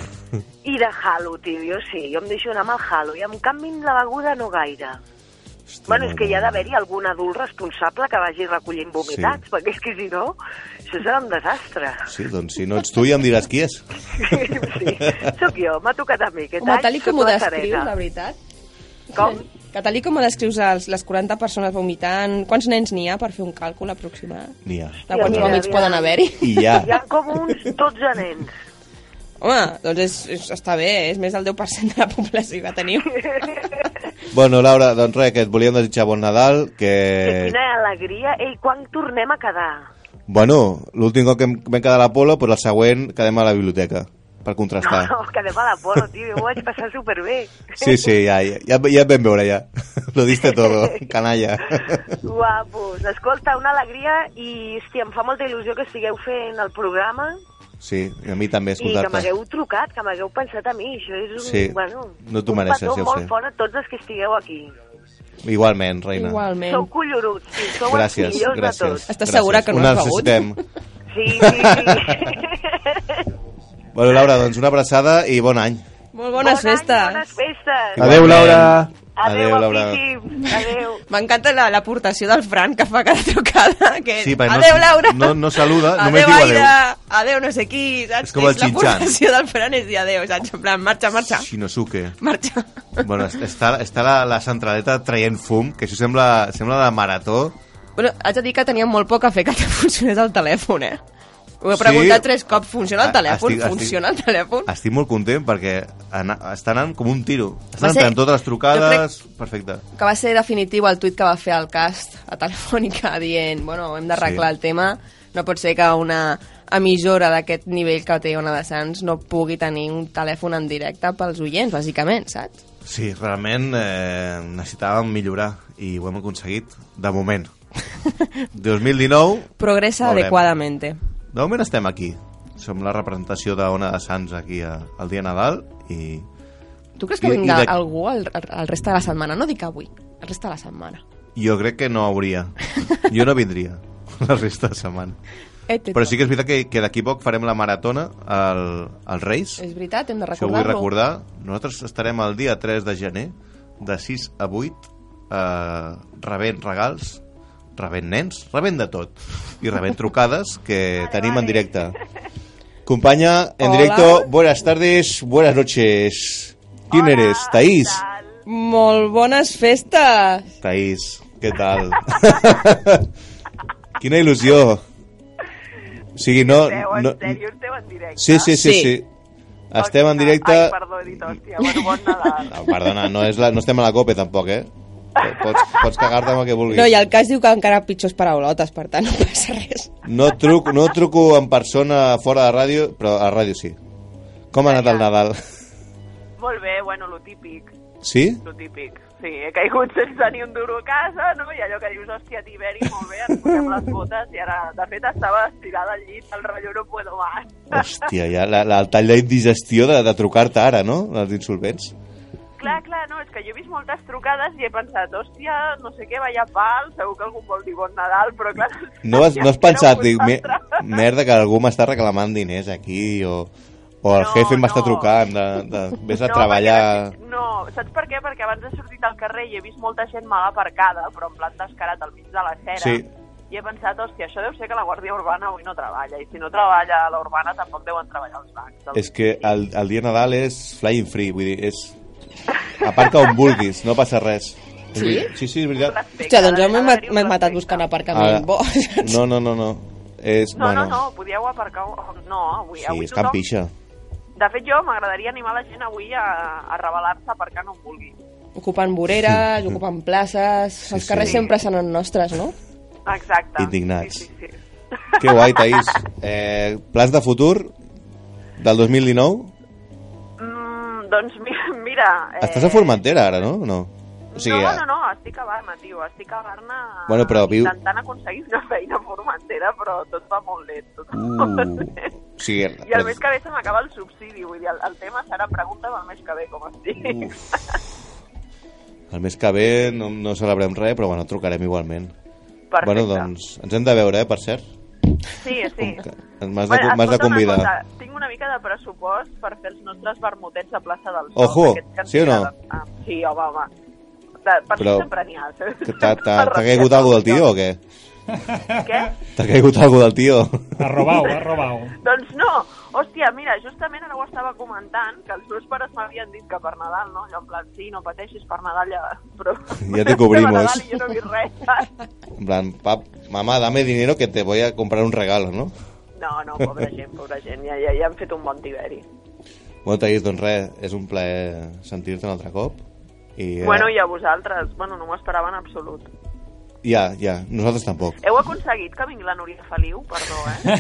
S15: i de halo, tio. Jo sí, jo em deixo anar amb el halo. I en canvi amb la beguda no gaire. bueno, és que hi ha d'haver-hi algun adult responsable que vagi recollint vomitats, perquè és que si no, això serà un desastre.
S2: Sí, doncs si no ets tu ja em diràs qui és.
S15: sí, sóc jo, m'ha tocat a mi. Aquest
S4: Home,
S15: any
S4: tal i
S15: sóc
S4: com ho
S15: la
S4: descrius,
S15: Teresa.
S4: la veritat.
S15: Com?
S4: Que tal i com ho descrius els, les 40 persones vomitant, quants nens n'hi ha per fer un càlcul aproximat?
S2: N'hi ha.
S4: De quants vòmits poden haver-hi?
S2: I hi ha.
S15: Hi ha com uns 12 nens.
S4: Home, doncs és, és, està bé, eh? és més del 10% de la població que teniu.
S2: Bueno, Laura, doncs res, que et volíem desitjar bon Nadal, que...
S15: Quina alegria. Ei, quan tornem a quedar?
S2: Bueno, l'últim cop que hem- vam quedar a l'Apolo, però el següent quedem a la biblioteca, per contrastar.
S15: No, quedem a la polo, tio, jo ho vaig passar superbé.
S2: Sí, sí, ja, ja, ja, ja et vam veure, ja. Lo diste todo, canalla.
S15: Guapos. Escolta, una alegria i, hòstia, em fa molta il·lusió que estigueu fent el programa
S2: Sí, i a mi
S15: i
S2: també
S15: que
S2: escoltar-te.
S15: m'hagueu trucat, que m'hagueu pensat a mi. Això és un,
S2: Sí,
S15: bueno,
S2: no t'ho
S15: un
S2: mereixes,
S15: petó
S2: ja ho
S15: molt
S2: sé.
S15: fort a tots els que estigueu aquí.
S2: Igualment, reina.
S15: Sou colloruts, sí, sou
S2: Gràcies,
S15: els millors
S2: gràcies.
S15: de tots.
S4: Estàs segura que no
S2: Una
S4: has begut?
S2: necessitem.
S15: Sí, sí, sí.
S2: Bueno, Laura, doncs una abraçada i bon any.
S4: Molt bones bon festes. Any,
S15: bones festes.
S2: Igualment.
S15: Adéu,
S2: Adéu, Laura.
S15: Adéu.
S4: M'encanta la- l'aportació del Fran que fa cada trucada. Que...
S2: Sí, perquè no-
S4: adéu, Laura.
S2: no- no saluda,
S4: adéu,
S2: només diu adéu.
S4: Aida, Adéu, no sé qui, saps?
S2: És com el Chin-chan.
S4: L'aportació del Fran és dir adéu, saps? En plan, marxa, marxa.
S2: Shinosuke.
S4: Marxa.
S2: Bueno, es- està, està la, la centraleta traient fum, que això sembla, sembla la marató.
S4: Bueno, haig de dir que tenia molt poc a fer que te funcionés el telèfon, eh? Ho he
S2: Sí.
S4: preguntat tres cops,
S2: A-
S4: funciona el telèfon?
S2: estic- estic-
S4: funciona el telèfon?
S2: Estic molt content perquè ana, està anant com un tiro.
S4: Va
S2: Estan
S4: ser-
S2: entrant totes les trucades...
S4: jo
S2: Perfecte.
S4: Que va ser definitiu el tuit que va fer el cast a Telefònica dient, bueno, hem d'arreglar
S2: Sí.
S4: sí. el tema, no pot ser que una emissora d'aquest nivell que té Ona de Sants no pugui tenir un telèfon en directe pels oients, bàsicament, saps?
S2: Sí, realment eh, necessitàvem millorar i ho hem aconseguit de moment. 2019,
S4: Progressa
S2: Veurem.
S4: adequadamente.
S2: de moment estem aquí. Som la representació d'Ona de Sants aquí a, al dia Nadal i...
S4: Tu creus que
S2: I- i
S4: vinga
S2: de-
S4: algú el, el, el resta de la setmana? No dic avui, el resta de la setmana.
S2: Jo crec que no hauria. Jo no vindria la resta de setmana.
S4: Et, et,
S2: Però sí que és veritat que, que d'aquí a poc farem la maratona al, al Reis.
S4: És veritat, hem de
S2: Això ho vull
S4: Eh, recordar-lo.
S2: recordar. Nosaltres estarem el dia 3 de gener de 6 a 8 eh, rebent regals, rebent nens, rebent de tot. I rebent trucades que tenim en directe. Companya, en
S4: Hola.
S2: directo, buenas tardes, buenas noches. ¿Quién eres? Taís.
S4: Molt bones festes!
S2: Taís, què tal? Quina il·lusió. O sigui, no... no... Sí, sí, sí,
S4: Sí.
S2: sí. Estem en directe...
S15: Ai, perdó, he dit hòstia. Bueno, bon Nadal.
S2: No, perdona, no, és la, no estem a la copa tampoc, eh? Pots, pots cagar-te amb el que vulguis.
S4: No, i el cas diu que encara pitjors paraulotes, per tant, no passa res.
S2: No, truc, no truco en persona fora de ràdio, però a ràdio sí. Com ha anat el Nadal?
S15: Molt bé, bueno, lo típic.
S2: Sí?
S15: Lo típic. Sí, he caigut sense ni un duro a casa, no? I allò que dius, hòstia, Tiberi, molt bé, ens posem les botes i ara, de fet, estava estirada al llit, el rotllo no puedo más.
S2: Hòstia, ja la, la, el tall d'indigestió de, de trucar-te ara, no? Els insolvents.
S15: Clar, clar,
S12: ja no, és que jo he vist moltes trucades i he pensat, hòstia, no sé què, vaya pal, segur que algú em vol dir bon Nadal, però clar...
S2: No has, no has pensat, dic, me-
S12: vosaltres.
S2: merda, que algú m'està reclamant diners aquí o, o el
S12: No,
S2: jefe m'està
S12: no.
S2: trucant, de, de, vés a
S12: No,
S2: treballar...
S12: perquè- No, saps per què? Perquè abans he sortit al carrer i he vist molta gent mal aparcada, però en plan descarat al mig de la cera.
S2: Sí.
S12: I he pensat, hòstia, això deu ser que la Guàrdia Urbana avui no treballa, i si no treballa la Urbana tampoc deuen treballar els bancs. Doncs
S2: És que el, el dia de Nadal és flying free, vull dir, és... Aparca on vulguis, no passa res. És
S4: Sí?
S2: ver- Sí, sí, és veritat.
S4: Hòstia, doncs jo m'he mat- m'he matat buscant aparcament.
S2: Ara-
S4: Bo.
S2: No, no, no, no. És,
S12: No,
S2: bueno,
S12: no, no, podíeu aparcar... oh, No, avui,
S2: Sí,
S12: avui
S2: és can pixa.
S12: De fet, jo m'agradaria animar la gent avui a, a revelar-se aparcant on vulgui.
S4: Ocupant voreres, ocupant places... els carrers
S2: sí.
S4: sempre seran nostres, no?
S12: Exacte.
S2: Indignats. Que guai, Taís. Eh, plans de futur del 2019?
S12: Mm, doncs mi, mira... eh,
S2: Estàs a Formentera ara, no? No, o sigui,
S12: no,
S2: a-
S12: no, no, estic a Barna, tio, estic a Barna
S2: Bueno, però viu-
S12: intentant aconseguir una feina a formentera, però tot va molt lent. Tot va
S2: Uh.
S12: molt lent.
S2: O sigui,
S12: I el mes que ve se m'acaba el subsidi, vull dir, el, el tema serà pregunta'm el mes que ve com estic.
S2: el mes que ve no, no celebrem res, però bueno, trucarem igualment.
S12: Perfecte.
S2: Bueno, doncs ens hem de veure, eh, per cert.
S12: Sí, sí.
S2: M'has de, m'has de
S12: escolta una
S2: convidar.
S12: cosa, tinc una mica de pressupost per fer els nostres vermutets a plaça del Sol.
S2: Ojo,
S12: aquests que ens
S2: sí o no?
S12: agraden. Ah, sí, home, home. De, per
S2: Però-
S12: Però... sempre n'hi ha.
S2: Que T'ha t'ha- t'ha caigut algú del tio o què?
S12: Què?
S2: T'ha caigut algú del tio?
S3: Ha robat,
S2: eh,
S3: ha robat.
S12: Doncs no, hòstia, mira, justament ara ho estava comentant, que els meus pares m'havien dit que per Nadal, no? Jo en plan, sí, no pateixis per Nadal, ja... Però...
S2: Ja te cobrimos.
S12: Per Nadal i jo no he vist res, saps?
S2: En plan, pap, mamá, dame dinero que te voy a comprar un regalo, ¿no?
S12: No, no, pobra gent, pobra gent, ja, ja, ja han fet un bon tiberi.
S2: Bueno, Taís, doncs res, és un plaer sentir-te un altre cop. I, eh,
S12: Bueno, i a vosaltres? Bueno, no m'ho esperava en absolut.
S2: Ja, ja, nosaltres tampoc.
S12: Heu aconseguit que vingui la Núria Feliu? Perdó, eh?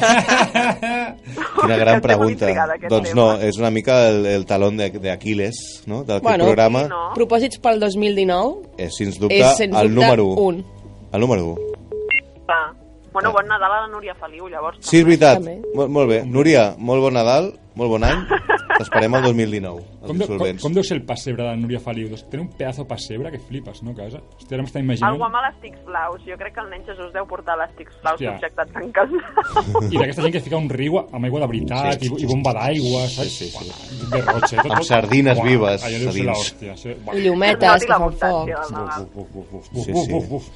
S2: Quina gran pregunta.
S12: intrigada, aquest
S2: Doncs
S12: tema.
S2: no, és una mica el, el talón de- d'Aquiles, no?, d'aquest programa.
S4: propòsits pel 2019
S2: És, sens dubte,
S4: és, sens
S2: el
S4: dubte,
S2: número 1.
S4: un.
S2: El número 1.
S12: Va. Bueno, bon Nadal a la Núria Feliu, llavors.
S2: Sí, és veritat.
S12: També.
S2: Mol, molt bé. Núria, molt bon Nadal, molt bon any. T'esperem el 2019, els
S3: Com, deu- com,
S2: insolvents.
S3: com deu ser el pessebre de Núria Feliu? Doncs Té un pedazo de pessebre que flipes, no, a casa? Hòstia, ara m'està
S12: Algo
S3: imaginant...
S12: amb elàstics blaus. Jo crec que el nen Jesús deu portar elàstics blaus
S3: Hòstia.
S12: subjectats en casa.
S3: I d'aquesta gent que es fica un riu amb aigua de veritat
S2: Sí.
S3: sí. i, i bomba d'aigua, saps? Sí, sí, sí. Berrotxe, eh? tot,
S2: Amb
S3: tot.
S2: sardines
S3: Buah,
S2: vives
S3: Allò deu
S2: a
S3: ser
S2: dins.
S3: l'hòstia. això- buah.
S4: I llumetes que fan foc.
S2: Sí,
S3: Uf,
S2: sí.
S3: uf, uf.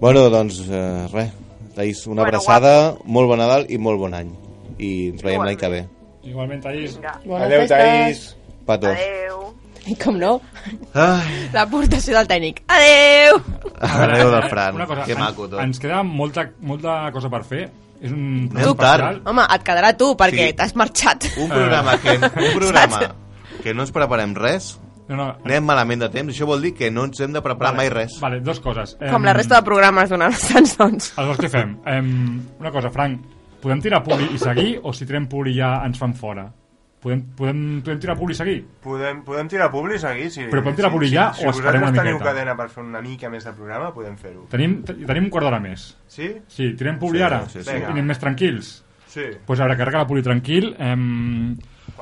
S2: Bueno, doncs, eh, res. Taís, una
S3: Bueno,
S2: abraçada, molt bon Nadal i molt bon any. I ens veiem l'any que ve.
S3: Igualment, Taís.
S4: Bones Adéu, festes. Taís.
S2: Patos.
S4: I com no,
S2: Ai,
S4: l'aportació del tècnic. Adeu!
S2: Adéu del Fran.
S3: Una cosa,
S2: Que
S3: ens,
S2: maco tot.
S3: Ens queda molta, molta cosa per fer. És un
S2: Anem tard.
S4: Home, et quedarà tu, perquè
S2: Sí.
S4: t'has marxat.
S2: Un programa que, un programa que no ens preparem res,
S3: No, no.
S2: anem malament de temps, això vol dir que no ens hem de preparar mai res.
S3: Vale, dos coses.
S4: Com la resta de programes d'una doncs. cançons.
S3: Aleshores, què fem? Em, una cosa, Frank, podem tirar puli i seguir o si tirem puli ja ens fan fora? Podem, podem, podem tirar puli i seguir?
S9: Podem, podem tirar publi aquí, sí.
S3: Però podem tirar publi
S9: sí,
S3: ja
S9: sí,
S3: o
S9: Si
S3: esperem una
S9: vosaltres teniu
S3: miqueta?
S9: cadena per fer una mica més de programa, podem fer-ho.
S3: Tenim, te- tenim un quart d'hora més.
S9: Sí?
S3: Sí, tirem puli
S9: Sí,
S3: ara.
S9: sí, sí.
S3: I anem més tranquils.
S9: Sí.
S3: pues a veure, carrega la puli tranquil. Em...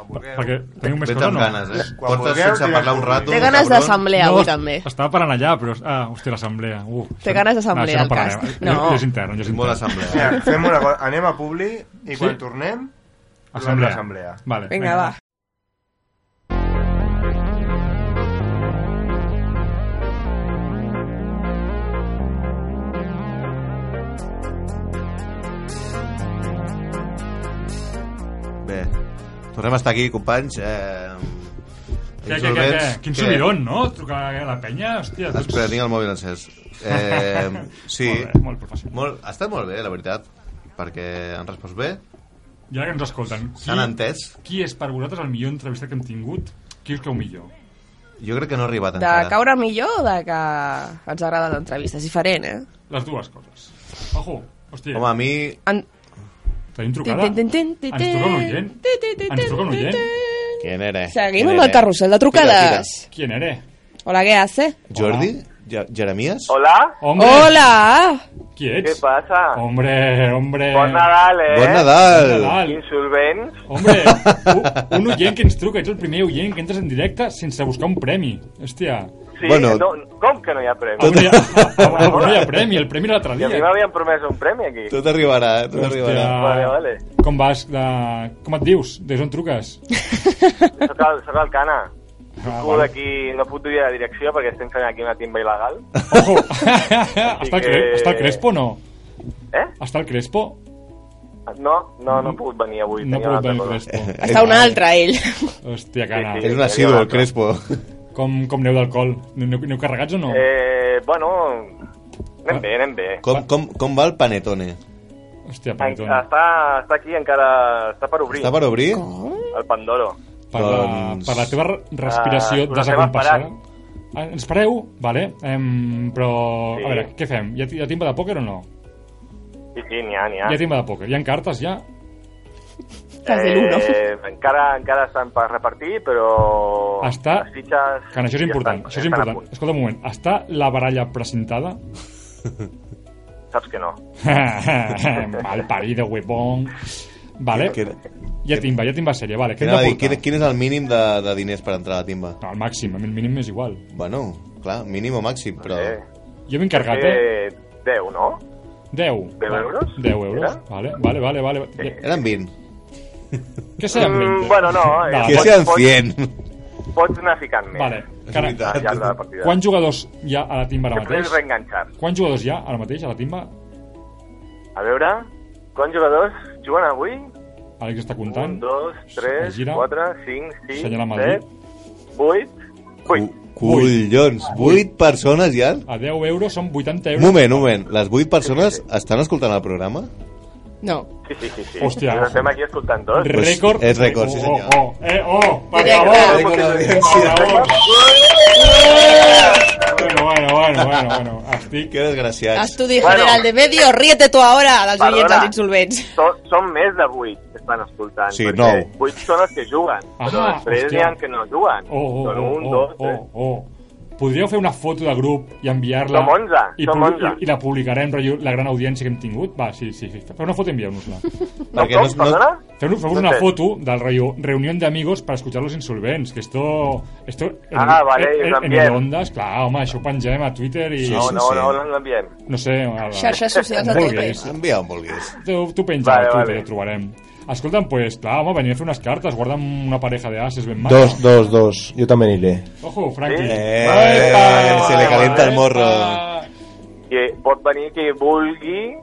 S9: vulgueu.
S3: Perquè teniu més
S2: Vens
S3: cosa,
S2: amb
S3: no?
S2: ganes, eh? Quan Portes vulgueu, sense tirem parlar un puli. rato,
S4: Té ganes
S2: cabron.
S4: d'assemblea avui,
S3: est-
S4: també.
S3: Estava parant allà, però... Ah, hòstia, l'assemblea. Uh,
S4: Té ganes d'assemblea, el
S3: parlarem.
S4: cast.
S3: Jo-
S4: No.
S3: jo És intern, jo és intern.
S2: Molt
S9: O sigui, fem una cosa, anem a publi i quan
S3: Sí.
S9: tornem, provem
S3: Assemblea.
S9: l'assemblea.
S3: Vale,
S4: Vinga, va.
S2: Bé, tornem a estar aquí, companys. Eh...
S3: Què, què, què,
S2: insolvents,
S3: què? Quin
S2: que-
S3: subidon, no? Trucar a la penya, hòstia. Tots...
S2: Espera, tinc el mòbil encès. Eh, sí.
S3: Molt bé, molt professional.
S2: Molt, ha estat molt bé, la veritat, perquè han respost bé.
S3: I ara que ens escolten, qui,
S2: S'han entès?
S3: qui és per vosaltres el millor entrevistat que hem tingut? Qui us cau millor?
S2: Jo crec que no ha arribat
S4: De
S2: encara.
S4: caure millor o de que ens agrada l'entrevista? És diferent, eh?
S3: Les dues coses. Ojo, hòstia.
S2: Home, a mi...
S4: En...
S3: Tenim trucada?
S4: Tin, tin, tin, tin,
S3: Ens truca un oient?
S4: tin, tin, tin,
S3: Ens truca un
S4: tin,
S3: oient?
S2: Quién eres?
S4: Seguim amb el carrusel de trucades.
S3: Quién eres?
S4: Hola, què hace?
S2: Jordi? Ja- Jeremies?
S16: Hola?
S3: Hombre.
S16: Hola.
S3: Qui ets?
S16: Què passa?
S3: Hombre, hombre...
S16: Bon Nadal, eh?
S2: Bon Nadal. Bon Nadal.
S16: Insolvents.
S3: Hombre, un, un oient que ens truca, ets el primer oient que entres en directe sense buscar un premi. Hòstia.
S16: Sí, bueno, no, com que no hi ha premi?
S3: Avui, hi ha- avui no hi ha premi, el premi era
S16: I
S3: l'altre
S16: a mi
S3: dia.
S16: m'havien promès un premi aquí.
S2: Tot arribarà, eh, tot
S3: Hòstia.
S2: arribarà.
S16: Vale, vale.
S3: Com vas? De... Com et dius? Des d'on truques?
S16: Soc el, soc el Cana.
S3: Ah,
S16: Soc
S3: vale.
S16: d'aquí, no puc dir la direcció perquè estem fent aquí una timba il·legal.
S3: Ah, Està, el
S16: que-
S3: cre... Està el Crespo o no?
S16: Eh?
S3: Està el Crespo?
S16: No, no, no he pogut venir avui.
S3: No ha
S16: tenia una altra
S3: pogut venir el
S16: cosa.
S3: Crespo. Ah,
S4: Està un altre, ell.
S3: Hòstia, cana.
S16: Sí, sí, És un assidu, el
S2: Crespo.
S3: Com, com aneu d'alcohol? Aneu, aneu carregats o no?
S16: Eh, bueno, anem bé, anem bé.
S2: Com, com, com va el panetone?
S3: Hòstia,
S16: En, està, està aquí encara... Està per obrir.
S2: Està per obrir?
S16: El Pandoro.
S3: Per, la,
S2: Doncs-
S3: per la teva re-
S16: Ah, us
S3: respiració uh,
S16: estem
S3: desacompassada.
S16: esperant.
S3: Ah, Ens pareu? Vale. Em, però,
S16: Sí.
S3: a veure, què fem? Hi ha, hi ha timba de pòquer o no?
S16: Sí, sí, n'hi ha, n'hi ha.
S3: Hi ha timba de pòquer. Hi ha cartes, ja?
S16: Eh, encara, encara estan per repartir, però...
S3: Està...
S16: Les fitxes...
S3: Can, això és
S16: ja
S3: important.
S16: estan-
S3: això és
S16: estan a
S3: important. Escolta un moment. Està la baralla precintada?
S16: punt. Saps que no.
S3: Mal parido, huevón. Vale.
S2: Quina-
S3: Hi ha timba, hi ha timba sèria. Vale, què hem
S2: Quina,
S3: de
S2: quin,
S3: portar?
S2: quin és el mínim de, de diners per entrar a la timba?
S3: No, el màxim, el mínim és igual.
S2: Bueno, clar, mínim o màxim, però...
S3: Jo m'he encarregat, eh?
S16: Eh, 10, no?
S3: 10.
S16: 10 euros?
S3: 10 euros.
S16: Era?
S3: Vale, vale, vale. vale.
S2: Eren 20.
S3: Que sean
S16: Mm,
S3: 20.
S16: bueno, no, eh,
S3: Vale.
S16: Que pots- sean pots- 100. Pots anar ficant més.
S3: Vale. Cara,
S16: Al llarg de la partida.
S3: Quants jugadors hi ha a la timba ara
S16: Que puguis
S3: mateix?
S16: reenganxar.
S3: Quants jugadors hi ha ara mateix a la timba?
S16: A veure, quants jugadors juguen avui?
S3: Àlex està comptant.
S16: 1, 2, 3,
S3: gira.
S16: 4, 5, 6,
S3: Senyora Madrid.
S16: 7, 8...
S2: Collons, 8 persones hi ha?
S3: A 10 euros són 80
S2: Un
S3: euros.
S2: moment, un moment. Les 8 persones estan escoltant el programa?
S4: No.
S16: Sí, sí, sí. sí.
S3: Hòstia.
S16: Ens estem aquí escoltant tots.
S2: Pues És rècord, sí senyor.
S3: Doncs. Oh, oh, eh, oh, per
S16: Directe.
S3: favor.
S16: Directe.
S3: Per favor. Bueno, bueno, bueno, bueno, bueno. Estic...
S2: Que desgraciats.
S4: Estudi
S16: Bueno.
S4: General de Medio, ríete tu ahora dels
S16: Perdona.
S4: oients dels insolvents.
S16: So- Són més de 8 que estan escoltant.
S2: Sí,
S16: perquè
S2: nou.
S16: 8 són els que juguen, però
S3: Ah,
S16: després
S3: hòstia.
S16: n'hi ha que no juguen.
S3: Oh, oh,
S16: són
S3: oh,
S16: 1,
S3: oh,
S16: 2, 3...
S3: oh, oh. Podríeu fer una foto de grup i enviar-la...
S16: Som onze,
S3: I,
S16: som
S3: pu-
S16: onze.
S3: I, I la publicarem, rotllo, la gran audiència que hem tingut. Va, sí, sí, sí. Feu una foto i envieu-nos-la.
S2: Perquè no- no- Perdona?
S3: Feu, feu
S16: No
S3: una
S16: sé.
S3: foto del rotllo reunión de amigos para escuchar los insolvents, que esto... esto
S16: Ah, vale, i us
S3: en, en,
S16: enviem.
S3: en ondes, clar, home, això ho pengem a Twitter i...
S16: no, no, no, no, no l'enviem.
S3: No sé... A la...
S4: Xarxes socials a
S3: On
S4: tope.
S3: vulguis.
S2: Envia on vulguis.
S3: Tu, tu penja
S16: Vale,
S3: vale, Twitter
S16: vale.
S3: i ho trobarem. Escolta'm, pues, clar, home, venia a fer unes cartes, guarda'm una pareja de ases ben maca.
S9: Dos, dos, dos. Yo también iré.
S3: Ojo, Frankie.
S2: Eh,
S3: Epa!
S2: se le calienta el morro.
S3: oh.
S16: Que pot venir qui vulgui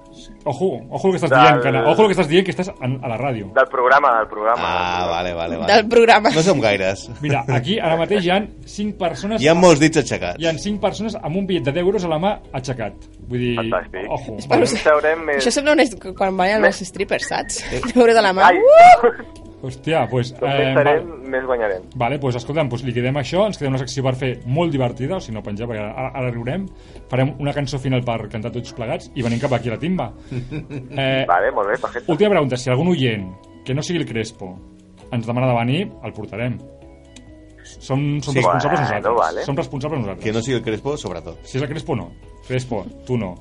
S3: Ojo, ojo el que estàs
S16: Del-
S3: dient, Cana. Ojo el que estàs dient, que estàs en- a la ràdio.
S16: del programa, del programa.
S2: Ah, vale, vale, vale.
S4: Del programa.
S2: No som gaires.
S3: Mira, aquí ara mateix hi ha 5 persones...
S2: Hi ha molts dits aixecats.
S3: Hi ha 5 persones amb un bitllet de 10 euros a la mà aixecat. Vull dir... Fantàstic. Ojo.
S4: Espero
S3: vale.
S4: que- Això sembla un est... quan ballen els strippers, saps? Veure de la mà.
S16: Ai.
S4: Uh!
S3: Hòstia, doncs...
S16: Com més
S3: val-
S16: serem, més guanyarem.
S3: Vale, doncs escolta'm, doncs liquidem això, ens queda una secció per fer molt divertida, o si no penjar, perquè ara, ara riurem, farem una cançó final per cantar tots plegats i venim cap aquí a la timba. Eh,
S16: Vale, molt bé, perfecte.
S3: última pregunta, si algun oient que no sigui el Crespo ens demana de venir, el portarem. Som, som
S2: Sí.
S3: responsables
S2: Bueno,
S3: nosaltres.
S2: vale.
S3: Som responsables nosaltres.
S2: Que no sigui el Crespo, sobretot.
S3: Si és el Crespo, no. Crespo, tu no.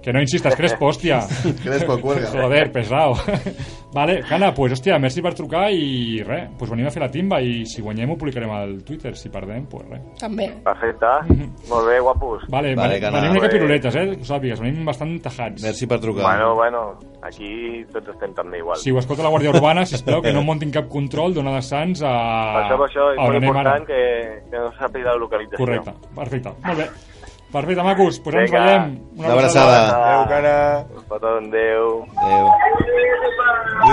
S3: Que no insistas, Crespo, hòstia.
S2: Crespo, cuelga.
S3: Joder, pesado. vale, Cana, pues, hòstia, merci per trucar i res, pues venim a fer la timba i si guanyem ho publicarem al Twitter, si perdem, pues res.
S4: També.
S16: Perfecte. Molt bé, guapos.
S3: Vale, vale, vale venim una mica piruletes, eh, que ho sàpigues, venim bastant tajats.
S2: eh, Merci per trucar.
S16: Bueno, bueno, aquí tots estem també igual.
S3: Si ho escolta la Guàrdia Urbana, sisplau, que no montin cap control, dona de Sants a...
S16: Per això, per això, és
S3: a on
S16: molt
S3: anem
S16: important
S3: ara.
S16: que, que no sàpiga la localització.
S3: Correcte, perfecte. Molt bé. Perfecte, macos, pues ara ens
S16: Vinga.
S3: veiem.
S2: Una abraçada.
S16: Adéu,
S17: cara.
S16: Un petó, adéu.
S2: Adéu.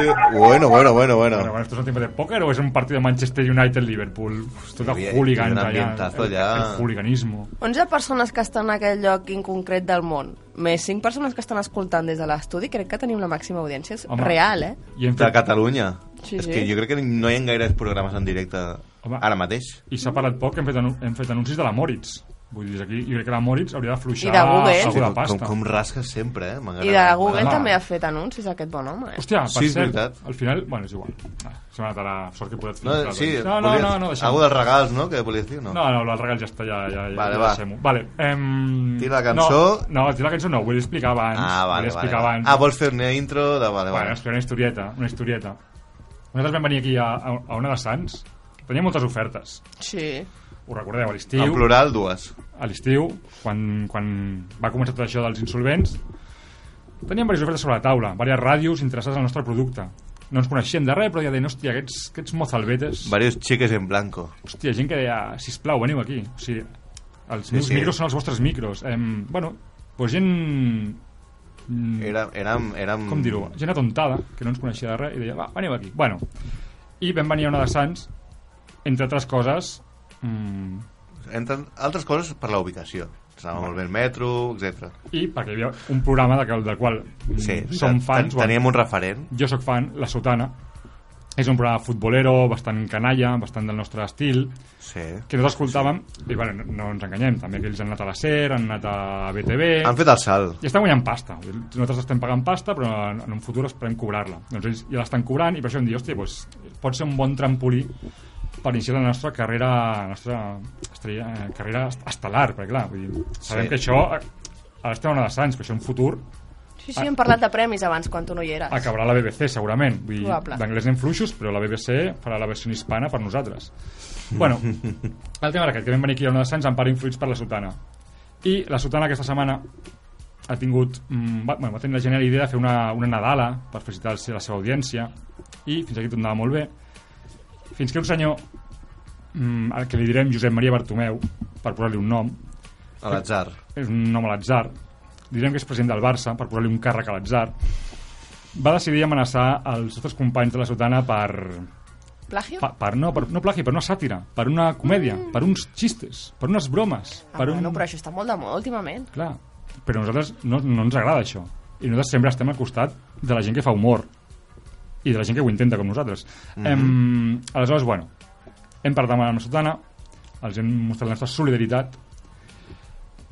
S2: Eh, Bueno, bueno, bueno, bueno.
S3: Bueno, bueno, ¿esto es un tiempo de póker o es un partido de Manchester United-Liverpool? Esto está
S2: Había-
S3: hooligan
S2: había un
S3: allá,
S2: ambientazo
S3: el-
S2: ya.
S3: el hooliganismo.
S4: 11 persones que estan en aquell lloc inconcret del món, més 5 persones que estan escoltant des de l'estudi, crec que tenim la màxima audiència. És
S3: Home.
S4: real, eh?
S3: I hem
S2: De
S3: fet-
S2: Catalunya.
S4: Sí,
S2: És
S4: sí.
S2: que jo crec que no hi ha gaires programes en directe ara mateix.
S3: I s'ha parlat poc, hem fet, anu- hem fet anuncis de la Moritz. Vull dir, aquí jo crec que la Moritz hauria de
S4: I
S3: fluixar
S4: de Google.
S3: alguna
S2: Com-
S3: pasta.
S2: com- com rasca sempre, eh? M'agrada.
S4: I de Google
S3: Ah.
S4: també ha fet anuncis aquest bon home, eh?
S3: Hòstia, per
S2: Sí, és
S3: cert,
S2: veritat.
S3: al final... Bueno, és igual. Ah, Se m'ha anat a la sort que he pogut...
S2: No,
S3: filtrar,
S2: sí,
S3: doncs. no, no,
S2: volies-
S3: no, no, deixem-ho.
S2: algú dels regals, no?, que volies dir, no?
S3: No, no, el regal ja està, ja, ja, ja
S2: Vale,
S3: ja
S2: va.
S3: deixem-ho. Vale, ehm...
S2: Tira la cançó.
S3: No, no, tira la cançó no, vull explicar abans.
S2: Ah, vale,
S3: vull
S2: vale.
S3: explicar
S2: vale.
S3: abans.
S2: Ah, vols fer una intro? De... Vale,
S3: Bueno,
S2: vale.
S3: és que era una historieta, una historieta. Nosaltres vam venir aquí a, a- a una de Sants. Tenia moltes ofertes.
S4: Sí.
S3: Ho recordeu, a l'estiu...
S2: En plural, dues.
S3: A l'estiu, quan, quan va començar tot això dels insolvents, teníem diverses ofertes sobre la taula, diverses ràdios interessades en el nostre producte. No ens coneixíem de res, però ja deien, hòstia, aquests, aquests mozalbetes...
S2: Varios chiques en blanco.
S3: Hòstia, gent que deia, sisplau, veniu aquí. O sigui, els
S2: Sí,
S3: meus
S2: sí.
S3: micros són els vostres micros. Em, bueno, doncs gent... mm,
S2: Era, érem, érem...
S3: Com dir-ho? Gent atontada, que no ens coneixia de res, i deia, va, veniu aquí. Bueno, i vam venir a una de Sants, entre altres coses... Mm,
S2: Entre altres coses, per la ubicació. Estava molt bé el metro, etc.
S3: i perquè hi havia un programa del, del qual mm,
S2: Sí,
S3: som
S2: ten-
S3: fans
S2: ten- teníem un referent.
S3: jo sóc fan, La Sotana és un programa futbolero, bastant canalla bastant del nostre estil
S2: Sí.
S3: que nosaltres escoltàvem i bueno, no, no ens enganyem, també que ells han anat a la SER han anat a BTV
S2: Han fet el salt.
S3: i estan guanyant pasta. Nosaltres estem pagant pasta, però en, en un futur esperem cobrar-la. Doncs ells ja l'estan cobrant i per això hem dit, hòstia, doncs, pot ser un bon trampolí per iniciar la nostra carrera, la nostra estrella, eh, carrera est- estel·lar, perquè clar, vull dir, sabem
S2: Sí.
S3: que això, eh, ara estem a una de Sants, que això en futur
S4: Sí,
S3: Ah.
S4: sí, hem parlat de premis abans, quan tu no hi eres.
S3: acabarà la BBC, segurament. Vull dir,
S4: Probable.
S3: d'anglès anem fluixos, però la BBC farà la versió hispana per nosaltres. Bueno, el tema era aquest, que vam venir aquí a una de Sants en part influïts per la sotana. I la sotana aquesta setmana ha tingut... mm, Va, bueno, va tenir la genial idea de fer una, una Nadala per felicitar el- la seva audiència i fins aquí tot anava molt bé. Fins que un senyor, mm, al que li direm Josep Maria Bartomeu, per posar-li un nom...
S2: A l'atzar.
S3: És un nom a l'atzar. Li Direm que és president del Barça, per posar-li un càrrec a l'atzar. Va decidir amenaçar els nostres companys de la sotana per,
S4: Plagio?
S3: Pa, per, no, per, no plagi, per una sàtira, per una comèdia, per uns xistes, per unes bromes.
S4: Mm. Ah,
S3: per
S4: bueno,
S3: un...
S4: però això està molt de moda últimament.
S3: Clar, però a nosaltres no, no ens agrada això. I nosaltres sempre estem al costat de la gent que fa humor i de la gent que ho intenta, com nosaltres.
S2: Mhm.
S3: Mm. Em, aleshores, bueno, hem parlat amb la Sotana, els hem mostrat la nostra solidaritat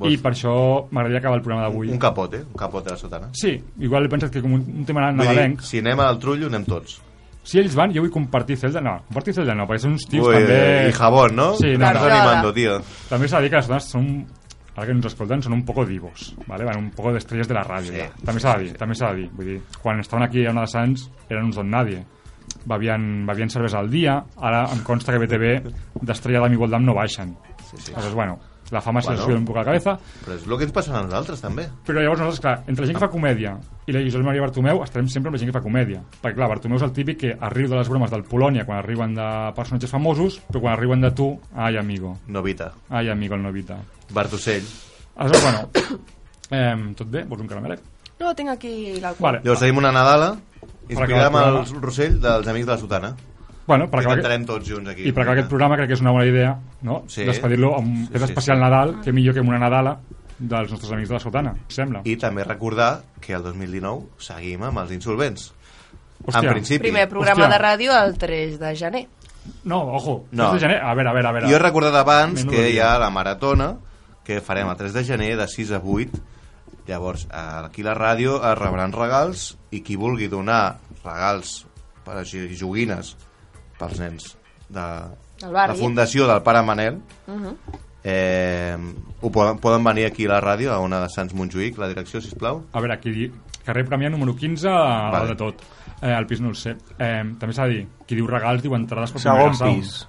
S2: Vols-
S3: i per això m'agradaria acabar el programa d'avui.
S2: Un capot, eh? Un capot de la sotana.
S3: Sí, igual he pensat que com un, un tema
S2: Vull dir,
S3: nadalenc...
S2: si anem al trullo, anem tots.
S3: Si ells van, jo vull compartir celda. No, compartir celda no, perquè són uns tios
S2: Ui,
S3: també...
S2: i jabón, no?
S3: Sí, no,
S2: Estàs
S3: no.
S2: animando, tío.
S3: També s'ha de dir que les dones són... Ara que ens escolten, són un poco divos, ¿vale? van un poco de estrelles de la ràdio.
S2: Sí.
S3: Sí. També s'ha de dir, també s'ha de dir. Vull dir, quan estaven aquí a Ona de Sants, eren uns don nadie. Bevien, bevien cervesa al dia, ara em consta que BTV d'estrella d'Amigualdam no baixen. Sí, sí. Aleshores, bueno, la fama bueno. se
S2: Bueno.
S3: les sube un poc a la cabeza.
S2: Però és el que ens passa a nosaltres, també.
S3: Però llavors nosaltres, clar, entre la gent que fa comèdia i la Josep Maria Bartomeu estarem sempre amb la gent que fa comèdia. Perquè, clar, Bartomeu és el típic que es riu de les bromes del Polònia quan arriben de personatges famosos, però quan arriben de tu, ai, amigo.
S2: Novita.
S3: Ai, amigo, el Novita.
S2: Bartusell.
S3: Aleshores, bueno, eh, tot bé? Vols un caramelet?
S4: No, tinc aquí l'alcohol.
S3: Vale.
S2: Llavors tenim una Nadala inspirada amb
S3: acabar el
S2: el Rossell dels Amics de la Sotana.
S3: Bueno, per
S2: Que
S3: acabar,
S2: cantarem tots junts aquí.
S3: I per acabar aquest programa crec que és una bona idea, no?
S2: Sí.
S3: Despedir-lo amb un
S2: Sí,
S3: sí,
S2: sí,
S3: especial
S2: sí.
S3: Nadal, que millor que amb una Nadala dels nostres amics de la Sotana, em sembla.
S2: I també recordar que el 2019 seguim amb els insolvents.
S3: Hòstia.
S2: en principi.
S4: Primer programa
S3: Hòstia.
S4: de ràdio el 3 de gener.
S3: No, ojo,
S2: No.
S3: 3 de gener. A veure, a veure, a veure.
S2: Jo he recordat abans
S3: Menudo
S2: que hi
S3: dia.
S2: ha la maratona que farem el 3 de gener de 6 a 8. Llavors, aquí a la ràdio es rebran regals i qui vulgui donar regals per a ju- joguines pels nens de
S4: Del
S2: la
S4: barri.
S2: fundació del Pare Manel
S4: Uh -huh.
S2: eh, ho poden, poden venir aquí a la ràdio a una de Sants Montjuïc, la direcció, si plau.
S3: A veure, aquí, di- carrer Premià número 15, vale. de tot. Eh, al pis no el sé. Eh, també s'ha de dir, qui diu regals diu entrades per
S9: Segon
S3: primera sala.
S9: pis.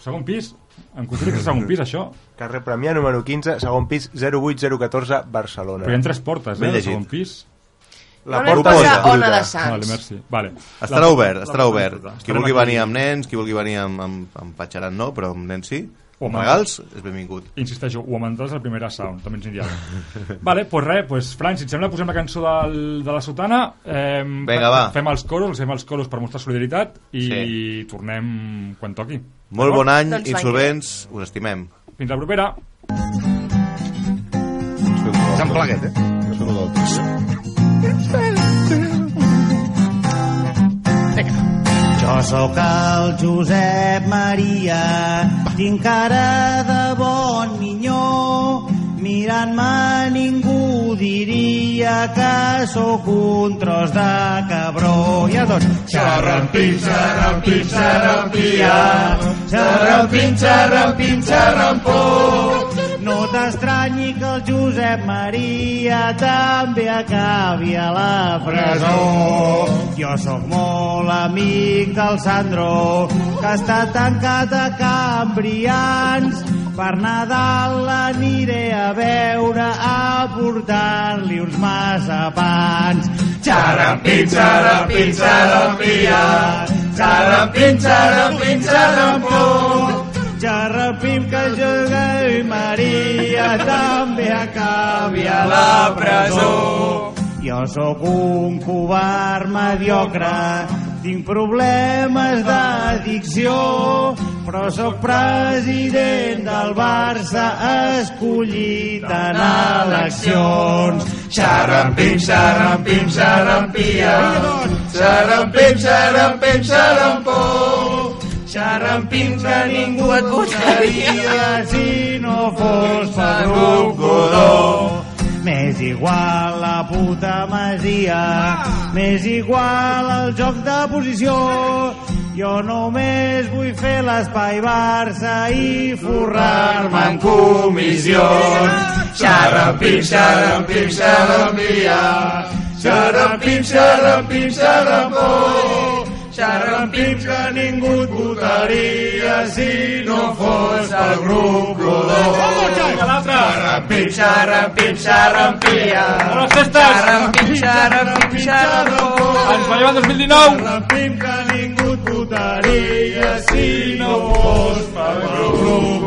S3: Segon pis? Em confio que és segon pis, això.
S9: Carrer Premià, número 15, segon pis, 08014, Barcelona.
S3: Però hi ha tres portes, eh, al segon pis.
S9: La
S4: Només
S9: porta
S4: passa
S9: és
S4: Ona
S9: cruda.
S4: de Sants.
S3: Vale, merci. Vale.
S2: Estarà
S3: La-
S2: obert, estarà
S3: la-
S2: obert.
S3: la-
S2: Qui
S3: estarem
S2: vulgui
S3: aquí.
S2: venir amb nens, qui vulgui venir amb, amb, amb patxaran no, però amb nens sí.
S3: O amb-
S2: regals, és benvingut.
S3: Insisteixo, ho amb entrades a la primera sound, també ens aniria bé. vale, pues res, pues Fran, si et sembla, posem la cançó del, de la sotana. Eh,
S2: Vinga, va.
S3: Fem els coros, fem els coros per mostrar solidaritat i sí. tornem quan toqui.
S2: Molt
S3: D'acord?
S2: bon any, insolvents, us estimem.
S3: Fins la propera.
S2: S'han plaguet, eh?
S8: Vinga.
S2: Jo
S18: Jo sóc el Josep Maria, tinc cara de bon minyó, mirant-me ningú diria que sóc un tros de cabró. I els dos, xerrampim, xerrampim, xerrampia, xerrampim, xerrampim, xerrampó. No t'estranyi que el Josep Maria també acabi a la presó. Jo sóc molt amic del Sandro, que està tancat a Cambrians. Per Nadal l'aniré a veure a portar-li uns massapans. Xarrampin, xarrampin, xarrampia, xarrampin, xarrampin, xarrampó. Xarrapim que Josep i Maria també acabi a la presó. Jo sóc un covard mediocre, tinc problemes d'addicció, però sóc president del Barça escollit en eleccions. Xarrampim, xarrampim, xarrampia, xarrampim, xarrampim, xarrampó. Xarrampim que ningú et votaria si no fos per un codó. M'és igual la puta masia, m'és igual el joc de posició. Jo només vull fer l'espai Barça i forrar-me en comissions. Xarrampim, xarrampim, xarrampia, xarrampim, xarrampim, xarrampó. Xarrampim que ningú et votaria si no fos el grup rodó. Xarrampim, xarrampim, xarrampia.
S8: Bones festes!
S18: Xarrampim, xarrampim, xarrampó. Ens veiem el 2019! Xarrampim que ningú et votaria si no fos el grup rodó.